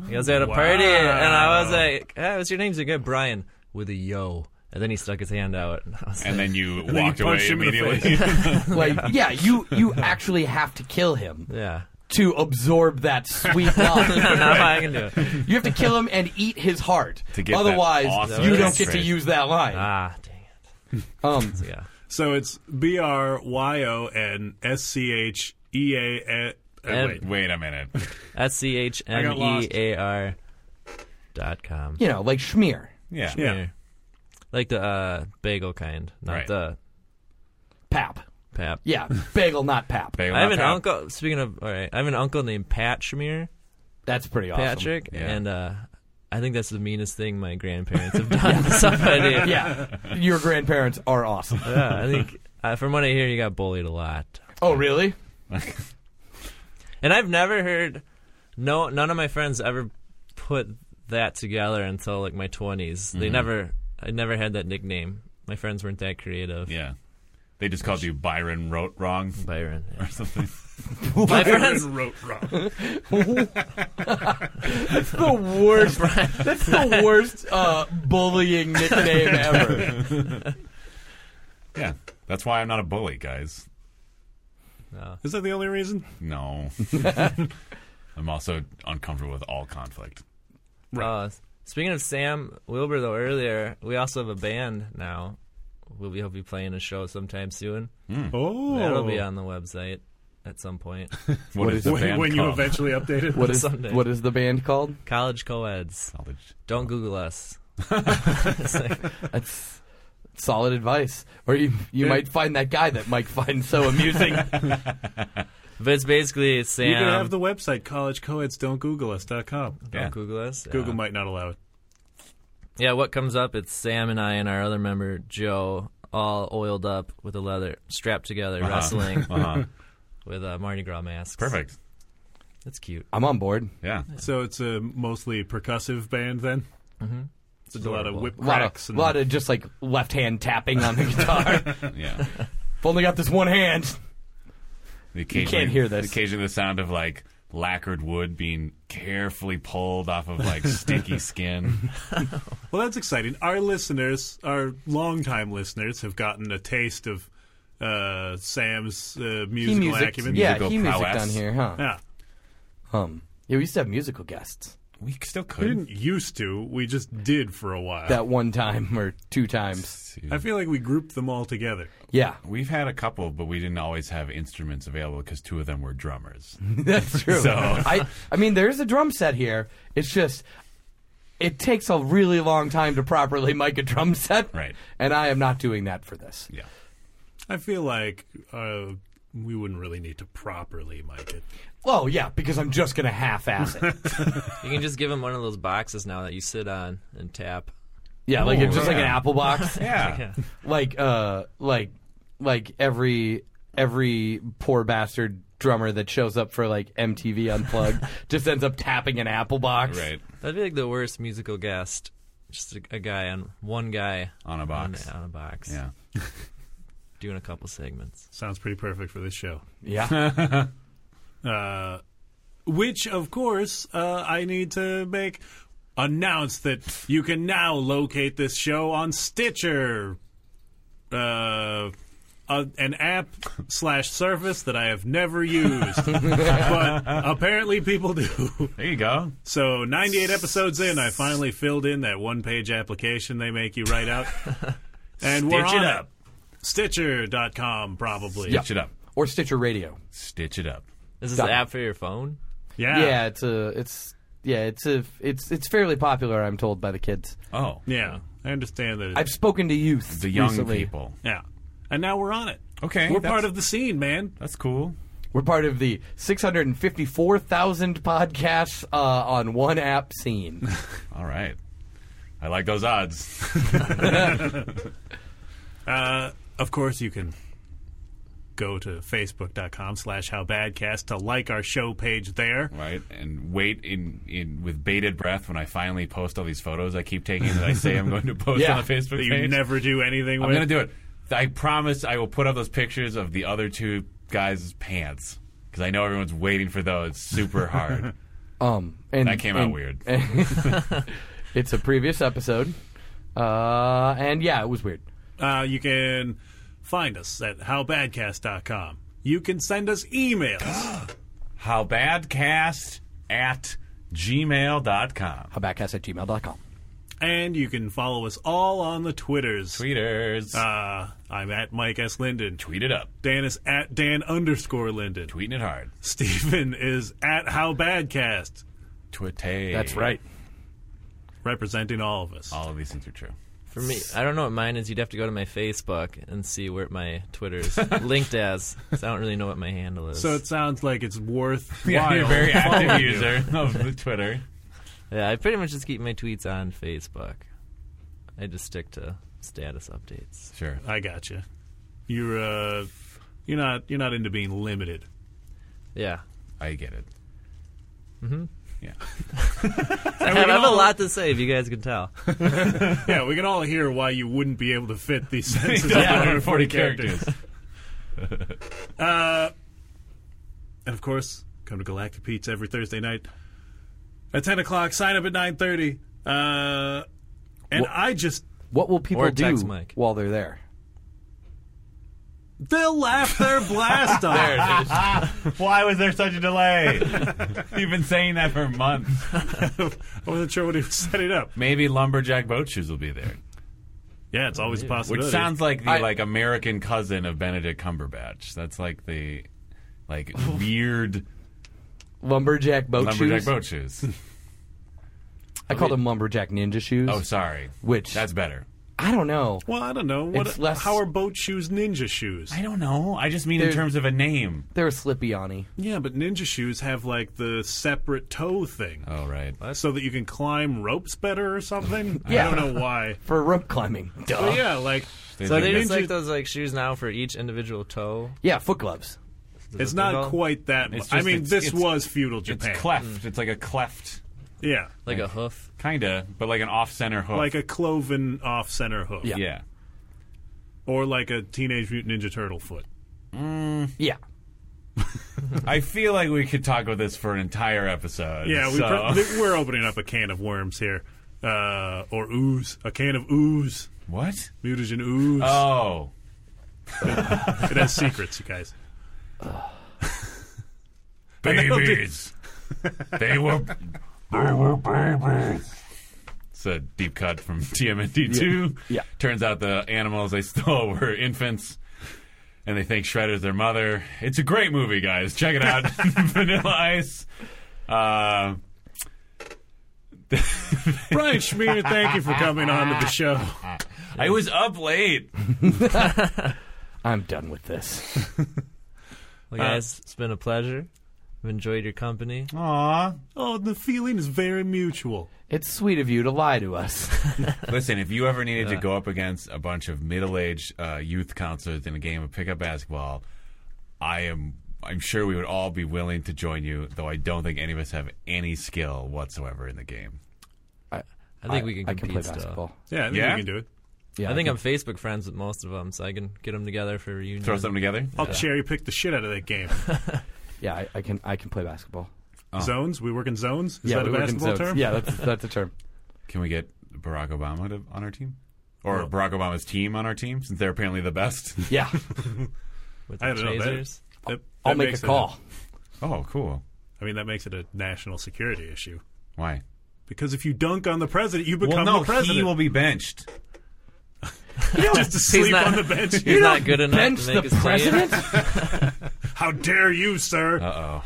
Speaker 7: He was at a party, and I was like, hey, "What's your name?" He's like, "Yeah, Brian with a yo." And then he stuck his hand out, and I was
Speaker 4: and then you
Speaker 5: then you
Speaker 4: walked
Speaker 5: punch him
Speaker 4: away
Speaker 5: in the
Speaker 4: immediately.
Speaker 6: Like yeah, you you actually have to kill him
Speaker 7: like, "Yeah,
Speaker 6: to absorb that sweet line.
Speaker 7: now I can do it."
Speaker 6: You have to kill him and eat his heart.
Speaker 4: To get that
Speaker 6: Otherwise,
Speaker 4: awesome Ah.
Speaker 6: you don't
Speaker 4: text
Speaker 6: get to
Speaker 4: straight.
Speaker 6: use that line.
Speaker 7: Ah, dang it!
Speaker 6: um,
Speaker 7: So, yeah.
Speaker 5: So it's B R Y O N S C H E A.
Speaker 7: M-
Speaker 5: Wait.
Speaker 4: Wait a minute.
Speaker 7: S C H M
Speaker 5: got lost.
Speaker 7: E A R dot com.
Speaker 6: you know, like schmear,
Speaker 4: Yeah.
Speaker 5: Yeah.
Speaker 7: Like the uh, bagel kind, not
Speaker 4: Right.
Speaker 7: the
Speaker 6: pap.
Speaker 7: pap.
Speaker 6: Yeah, bagel, not pap.
Speaker 4: Bagel
Speaker 7: I have
Speaker 4: Nut
Speaker 7: an
Speaker 4: Town.
Speaker 7: uncle. Speaking of, all right, I have an uncle named Pat Schmier,
Speaker 6: That's pretty awesome.
Speaker 7: Patrick,
Speaker 4: Yeah.
Speaker 7: and uh, I think that's the meanest thing my grandparents have done to somebody.
Speaker 6: Yeah, your grandparents are awesome.
Speaker 7: Yeah, I think uh, from what I hear, you got bullied a lot.
Speaker 6: Oh, really?
Speaker 7: And I've never heard no none of my friends ever put that together until like my 20s
Speaker 4: Mm-hmm.
Speaker 7: They never I never had that nickname. My friends weren't that creative.
Speaker 4: Yeah. They just called you Byron wrote wrong
Speaker 7: Byron. yeah.
Speaker 4: or something.
Speaker 7: My friends
Speaker 5: Wrote wrong.
Speaker 6: The worst. That's the worst uh, bullying nickname ever.
Speaker 4: Yeah. That's why I'm not a bully, guys.
Speaker 5: Is that the only reason?
Speaker 4: No. I'm also uncomfortable with all conflict.
Speaker 7: Uh, speaking of Sam Wilbur, though, earlier we also have a band now. We'll be, he'll be playing a show sometime soon.
Speaker 5: Oh,
Speaker 7: That'll be on the website. at some point.
Speaker 4: what is, the
Speaker 5: When,
Speaker 4: band
Speaker 5: when you
Speaker 4: called?
Speaker 5: eventually update it.
Speaker 6: What is
Speaker 7: Someday.
Speaker 6: what is the band called?
Speaker 7: College co-eds.
Speaker 4: College.
Speaker 7: Don't Google us.
Speaker 6: That's solid advice. Or you you might find that guy that Mike finds so amusing.
Speaker 7: But it's basically Sam.
Speaker 5: You can have the website collegecoeds.googleus.com.
Speaker 7: Don't
Speaker 4: Yeah.
Speaker 7: Google us. Yeah.
Speaker 5: Google might not allow it.
Speaker 7: Yeah, what comes up? It's Sam and I and our other member Joe, all oiled up with a leather, strapped together,
Speaker 4: Uh-huh.
Speaker 7: wrestling
Speaker 4: Uh-huh.
Speaker 7: with uh, Mardi Gras masks.
Speaker 4: Perfect.
Speaker 7: That's cute.
Speaker 6: I'm on board.
Speaker 4: Yeah.
Speaker 5: So it's a mostly percussive band then.
Speaker 7: Mhm.
Speaker 5: It's a lot of
Speaker 7: Adorable.
Speaker 5: whip
Speaker 6: A Mm-hmm. lot
Speaker 5: cracks
Speaker 6: of,
Speaker 5: and
Speaker 6: lot of just like left hand tapping on the guitar.
Speaker 4: Yeah.
Speaker 6: I've only got this one hand.
Speaker 4: The occasionally-
Speaker 6: can't hear this.
Speaker 4: Occasionally, the sound of like lacquered wood being carefully pulled off of like sticky skin.
Speaker 5: Well, that's exciting. Our listeners, our longtime listeners, have gotten a taste of uh, Sam's uh,
Speaker 6: He
Speaker 5: musical
Speaker 6: music,
Speaker 5: acumen.
Speaker 6: yeah,
Speaker 4: Musical
Speaker 6: he music
Speaker 4: prowess.
Speaker 6: down here, huh?
Speaker 5: Yeah.
Speaker 6: Um, yeah, we used to have musical guests
Speaker 4: We still
Speaker 5: We
Speaker 4: could.
Speaker 5: didn't used to. We just did for a while.
Speaker 6: that one time or two times.
Speaker 5: I feel like we grouped them all together.
Speaker 6: Yeah,
Speaker 4: We've had a couple, but we didn't always have instruments available because two of them were drummers.
Speaker 6: that's true.
Speaker 4: So-
Speaker 6: I I mean, there is a drum set here. It's just it takes a really long time to properly mic a drum set,
Speaker 4: Right.
Speaker 6: And I am not doing that for this.
Speaker 4: Yeah.
Speaker 5: I feel like uh, we wouldn't really need to properly mic it.
Speaker 6: Oh yeah, because I'm just gonna half-ass it.
Speaker 7: You can just give him one of those boxes now that you sit on and tap.
Speaker 6: Yeah, like it's just like an
Speaker 4: yeah.
Speaker 6: Apple box.
Speaker 4: Yeah.
Speaker 6: like uh like like every every poor bastard drummer that shows up for like MTV Unplugged just ends up tapping an Apple box.
Speaker 4: Right.
Speaker 7: That'd be like the worst musical guest. Just a, a guy on one guy
Speaker 4: On a box.
Speaker 7: on, on a box.
Speaker 4: Yeah.
Speaker 7: doing a couple segments.
Speaker 5: Sounds pretty perfect for this show.
Speaker 6: Yeah.
Speaker 5: Uh, which, of course, uh, I need to make announce that you can now locate this show on Stitcher, uh, a, an app slash service that I have never used, but apparently people do.
Speaker 4: There you go.
Speaker 5: So, 98 episodes in, I finally filled in that one page application they make you write out. And we're
Speaker 4: Stitch
Speaker 5: on
Speaker 4: it up.
Speaker 5: Stitcher.com, probably.
Speaker 4: Stitch it up.
Speaker 6: or Stitcher Radio.
Speaker 4: Stitch it up.
Speaker 7: Is this
Speaker 6: Stop.
Speaker 7: the app for your phone?
Speaker 5: Yeah.
Speaker 6: Yeah. it's a it's yeah, it's a it's it's fairly popular I'm told by the kids.
Speaker 4: Oh.
Speaker 5: Yeah. I understand that.
Speaker 6: I've spoken to youth
Speaker 4: The young
Speaker 6: recently.
Speaker 4: people.
Speaker 5: Yeah. And now we're on it.
Speaker 4: Okay.
Speaker 5: We're
Speaker 4: that's-
Speaker 5: part of the scene, man.
Speaker 4: That's cool.
Speaker 6: We're part of the 654,000 podcasts uh, on one app scene.
Speaker 4: All right. I like those odds.
Speaker 5: Uh, of course, you can go to facebook.com slash howbadcast to like our show page there.
Speaker 4: Right, and wait in, in with bated breath when I finally post all these photos I keep taking that I say I'm going to post
Speaker 6: Yeah,
Speaker 4: on the Facebook
Speaker 5: That
Speaker 4: page.
Speaker 5: you never do anything
Speaker 4: I'm
Speaker 5: with.
Speaker 4: gonna do it. I promise I will put up those pictures of the other two guys' pants because I know everyone's waiting for those super hard.
Speaker 6: Um, and
Speaker 4: That came out
Speaker 6: and-
Speaker 4: weird.
Speaker 6: It's a previous episode. Uh, and yeah, it was weird.
Speaker 5: Uh, you can find us at howbadcast.com. You can send us emails.
Speaker 4: How badcast at gmail.com.
Speaker 6: Howbadcast at gmail.com.
Speaker 5: and you can follow us all on the Twitters.
Speaker 4: Tweeters.
Speaker 5: Uh, I'm at Mike S. Linden.
Speaker 4: Tweet it up.
Speaker 5: Dan is at Dan underscore Linden.
Speaker 4: Tweeting it hard.
Speaker 5: Stephen is at howbadcast.
Speaker 4: Twitter.
Speaker 5: representing all of us.
Speaker 4: All of these things are true.
Speaker 7: For me, I don't know what mine is. You'd have to go to my Facebook and see where my Twitter's linked as. 'cause I don't really know what my handle is.
Speaker 5: So it sounds like it's worthwhile.
Speaker 4: Yeah, you're a very active
Speaker 5: following you.
Speaker 4: user of the Twitter.
Speaker 7: yeah, I pretty much just keep my tweets on Facebook. I just stick to status updates.
Speaker 4: Sure.
Speaker 5: I got you. You're uh, you're not you're not into being limited.
Speaker 7: Yeah,
Speaker 4: I get it.
Speaker 7: I
Speaker 5: we
Speaker 7: have,
Speaker 5: can
Speaker 7: I have a
Speaker 5: all-
Speaker 7: lot to say if you guys can tell.
Speaker 5: Yeah, we can all hear why you wouldn't be able to fit these sentences.
Speaker 4: Yeah,
Speaker 5: of
Speaker 4: 140 characters.
Speaker 5: Uh, And of course, come to Galactic Pete's every Thursday night at 10 o'clock. Sign up at 9:30. Uh, and I just
Speaker 6: What will people
Speaker 7: Or
Speaker 6: do
Speaker 7: text Mike.
Speaker 6: while they're there?
Speaker 5: they'll laugh their blast off.
Speaker 4: Why was there such a delay? You've been saying that for months.
Speaker 5: I wasn't sure what he was setting up.
Speaker 4: Maybe Lumberjack Boat Shoes will be there.
Speaker 5: Yeah, it's always a
Speaker 4: Which
Speaker 5: possibility.
Speaker 4: sounds like the
Speaker 6: I-
Speaker 4: like American cousin of Benedict Cumberbatch. That's like the like weird
Speaker 6: lumberjack boat
Speaker 4: lumberjack
Speaker 6: shoes.
Speaker 4: Oh. boat shoes.
Speaker 6: I called them lumberjack ninja shoes.
Speaker 4: Oh, sorry.
Speaker 6: Which-
Speaker 4: that's better.
Speaker 6: I don't know.
Speaker 5: Well, I don't know. What,
Speaker 6: It's less-
Speaker 5: How are boat shoes ninja shoes?
Speaker 4: I don't know. I just mean in
Speaker 6: They're-
Speaker 4: terms of a name.
Speaker 6: They were slippy on y.
Speaker 5: Yeah, but ninja shoes have like the separate toe thing.
Speaker 4: Oh, right.
Speaker 5: So that you can climb ropes better or something.
Speaker 6: Yeah.
Speaker 5: I don't know why.
Speaker 6: for rope climbing. Duh.
Speaker 5: But yeah, like
Speaker 7: So they just
Speaker 5: Ninja-
Speaker 7: like those like shoes now for each individual toe.
Speaker 6: Yeah, foot gloves.
Speaker 5: it's not quite that.
Speaker 4: It's
Speaker 5: I
Speaker 4: just-
Speaker 5: mean,
Speaker 4: it's-
Speaker 5: this
Speaker 4: it's-
Speaker 5: was feudal
Speaker 4: It's
Speaker 5: Japan.
Speaker 4: cleft. It's like a cleft,
Speaker 5: yeah,
Speaker 7: like a hoof.
Speaker 4: kinda, but like an off-center hook.
Speaker 5: like a cloven off-center hook,
Speaker 6: Yeah.
Speaker 4: Oh. yeah.
Speaker 5: or like a Teenage Mutant Ninja Turtle foot.
Speaker 6: Yeah.
Speaker 4: I feel like we could talk about this for an entire episode.
Speaker 5: Yeah, we
Speaker 4: so.
Speaker 5: pro- th- we're opening up a can of worms here, uh, or ooze, a can of ooze,
Speaker 4: what?
Speaker 5: mutagen ooze.
Speaker 4: Oh,
Speaker 5: It has secrets, you guys.
Speaker 4: babies. they were. They were babies. It's a deep cut from TMNT two.
Speaker 6: Yeah.
Speaker 4: Turns out the animals they stole were infants. And they think Shredder's their mother. It's a great movie, guys. Check it out. Vanilla Ice. Uh,
Speaker 5: Brian Schmier, thank you for coming on to the show.
Speaker 4: I was up late.
Speaker 6: I'm done with this.
Speaker 5: Uh,
Speaker 7: Well, guys, it's been a pleasure. I've enjoyed your company.
Speaker 4: Aw.
Speaker 5: Oh, the feeling is very mutual.
Speaker 6: It's sweet of you to lie to us.
Speaker 4: Listen, if you ever needed to go up against a bunch of middle-aged uh, youth counselors in a game of pickup basketball, I am I'm sure we would all be willing to join you, though I don't think any of us have any skill whatsoever in the game.
Speaker 7: I think we can
Speaker 6: I
Speaker 7: compete
Speaker 6: can play
Speaker 7: still.
Speaker 6: basketball.
Speaker 5: Yeah, I think
Speaker 4: Yeah?
Speaker 5: we can do it.
Speaker 6: Yeah,
Speaker 7: I think I'm Facebook friends with most of them, so I can get them together for a reunion.
Speaker 4: Throw something together?
Speaker 5: I'll cherry pick the shit out of that game.
Speaker 6: Yeah, I, I can. I can play basketball.
Speaker 5: Zones? We work in zones? Is
Speaker 6: Oh. yeah,
Speaker 5: that a
Speaker 6: we work in
Speaker 5: basketball
Speaker 6: zones.
Speaker 5: term?
Speaker 6: Yeah, that's that's a term.
Speaker 4: Can we get Barack Obama to, on our team? Or Barack Obama's team on our team, since they're apparently the best.
Speaker 6: Yeah,
Speaker 7: with
Speaker 5: I don't know, that-
Speaker 7: tasers.
Speaker 5: That-
Speaker 6: I'll
Speaker 5: that
Speaker 6: make a
Speaker 5: makes it
Speaker 6: call.
Speaker 4: oh, cool.
Speaker 5: I mean, that makes it a national security issue.
Speaker 4: Why?
Speaker 5: Because if you dunk on the president, you become
Speaker 4: well, no,
Speaker 5: the president.
Speaker 4: he will be benched.
Speaker 5: just to sleep
Speaker 7: not-
Speaker 5: on the bench.
Speaker 7: He's not good enough
Speaker 6: Bench
Speaker 7: to
Speaker 6: the
Speaker 7: make his team.
Speaker 6: president.
Speaker 5: How dare you,
Speaker 6: Uh,
Speaker 5: sir?
Speaker 4: Uh-oh.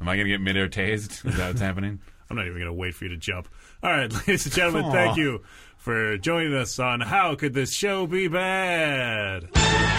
Speaker 4: Am I going to get midair tased? Is that what's happening?
Speaker 5: I'm not even going to wait for you to jump. All right, ladies and gentlemen, thank you for joining us on How Could This Show Be Bad?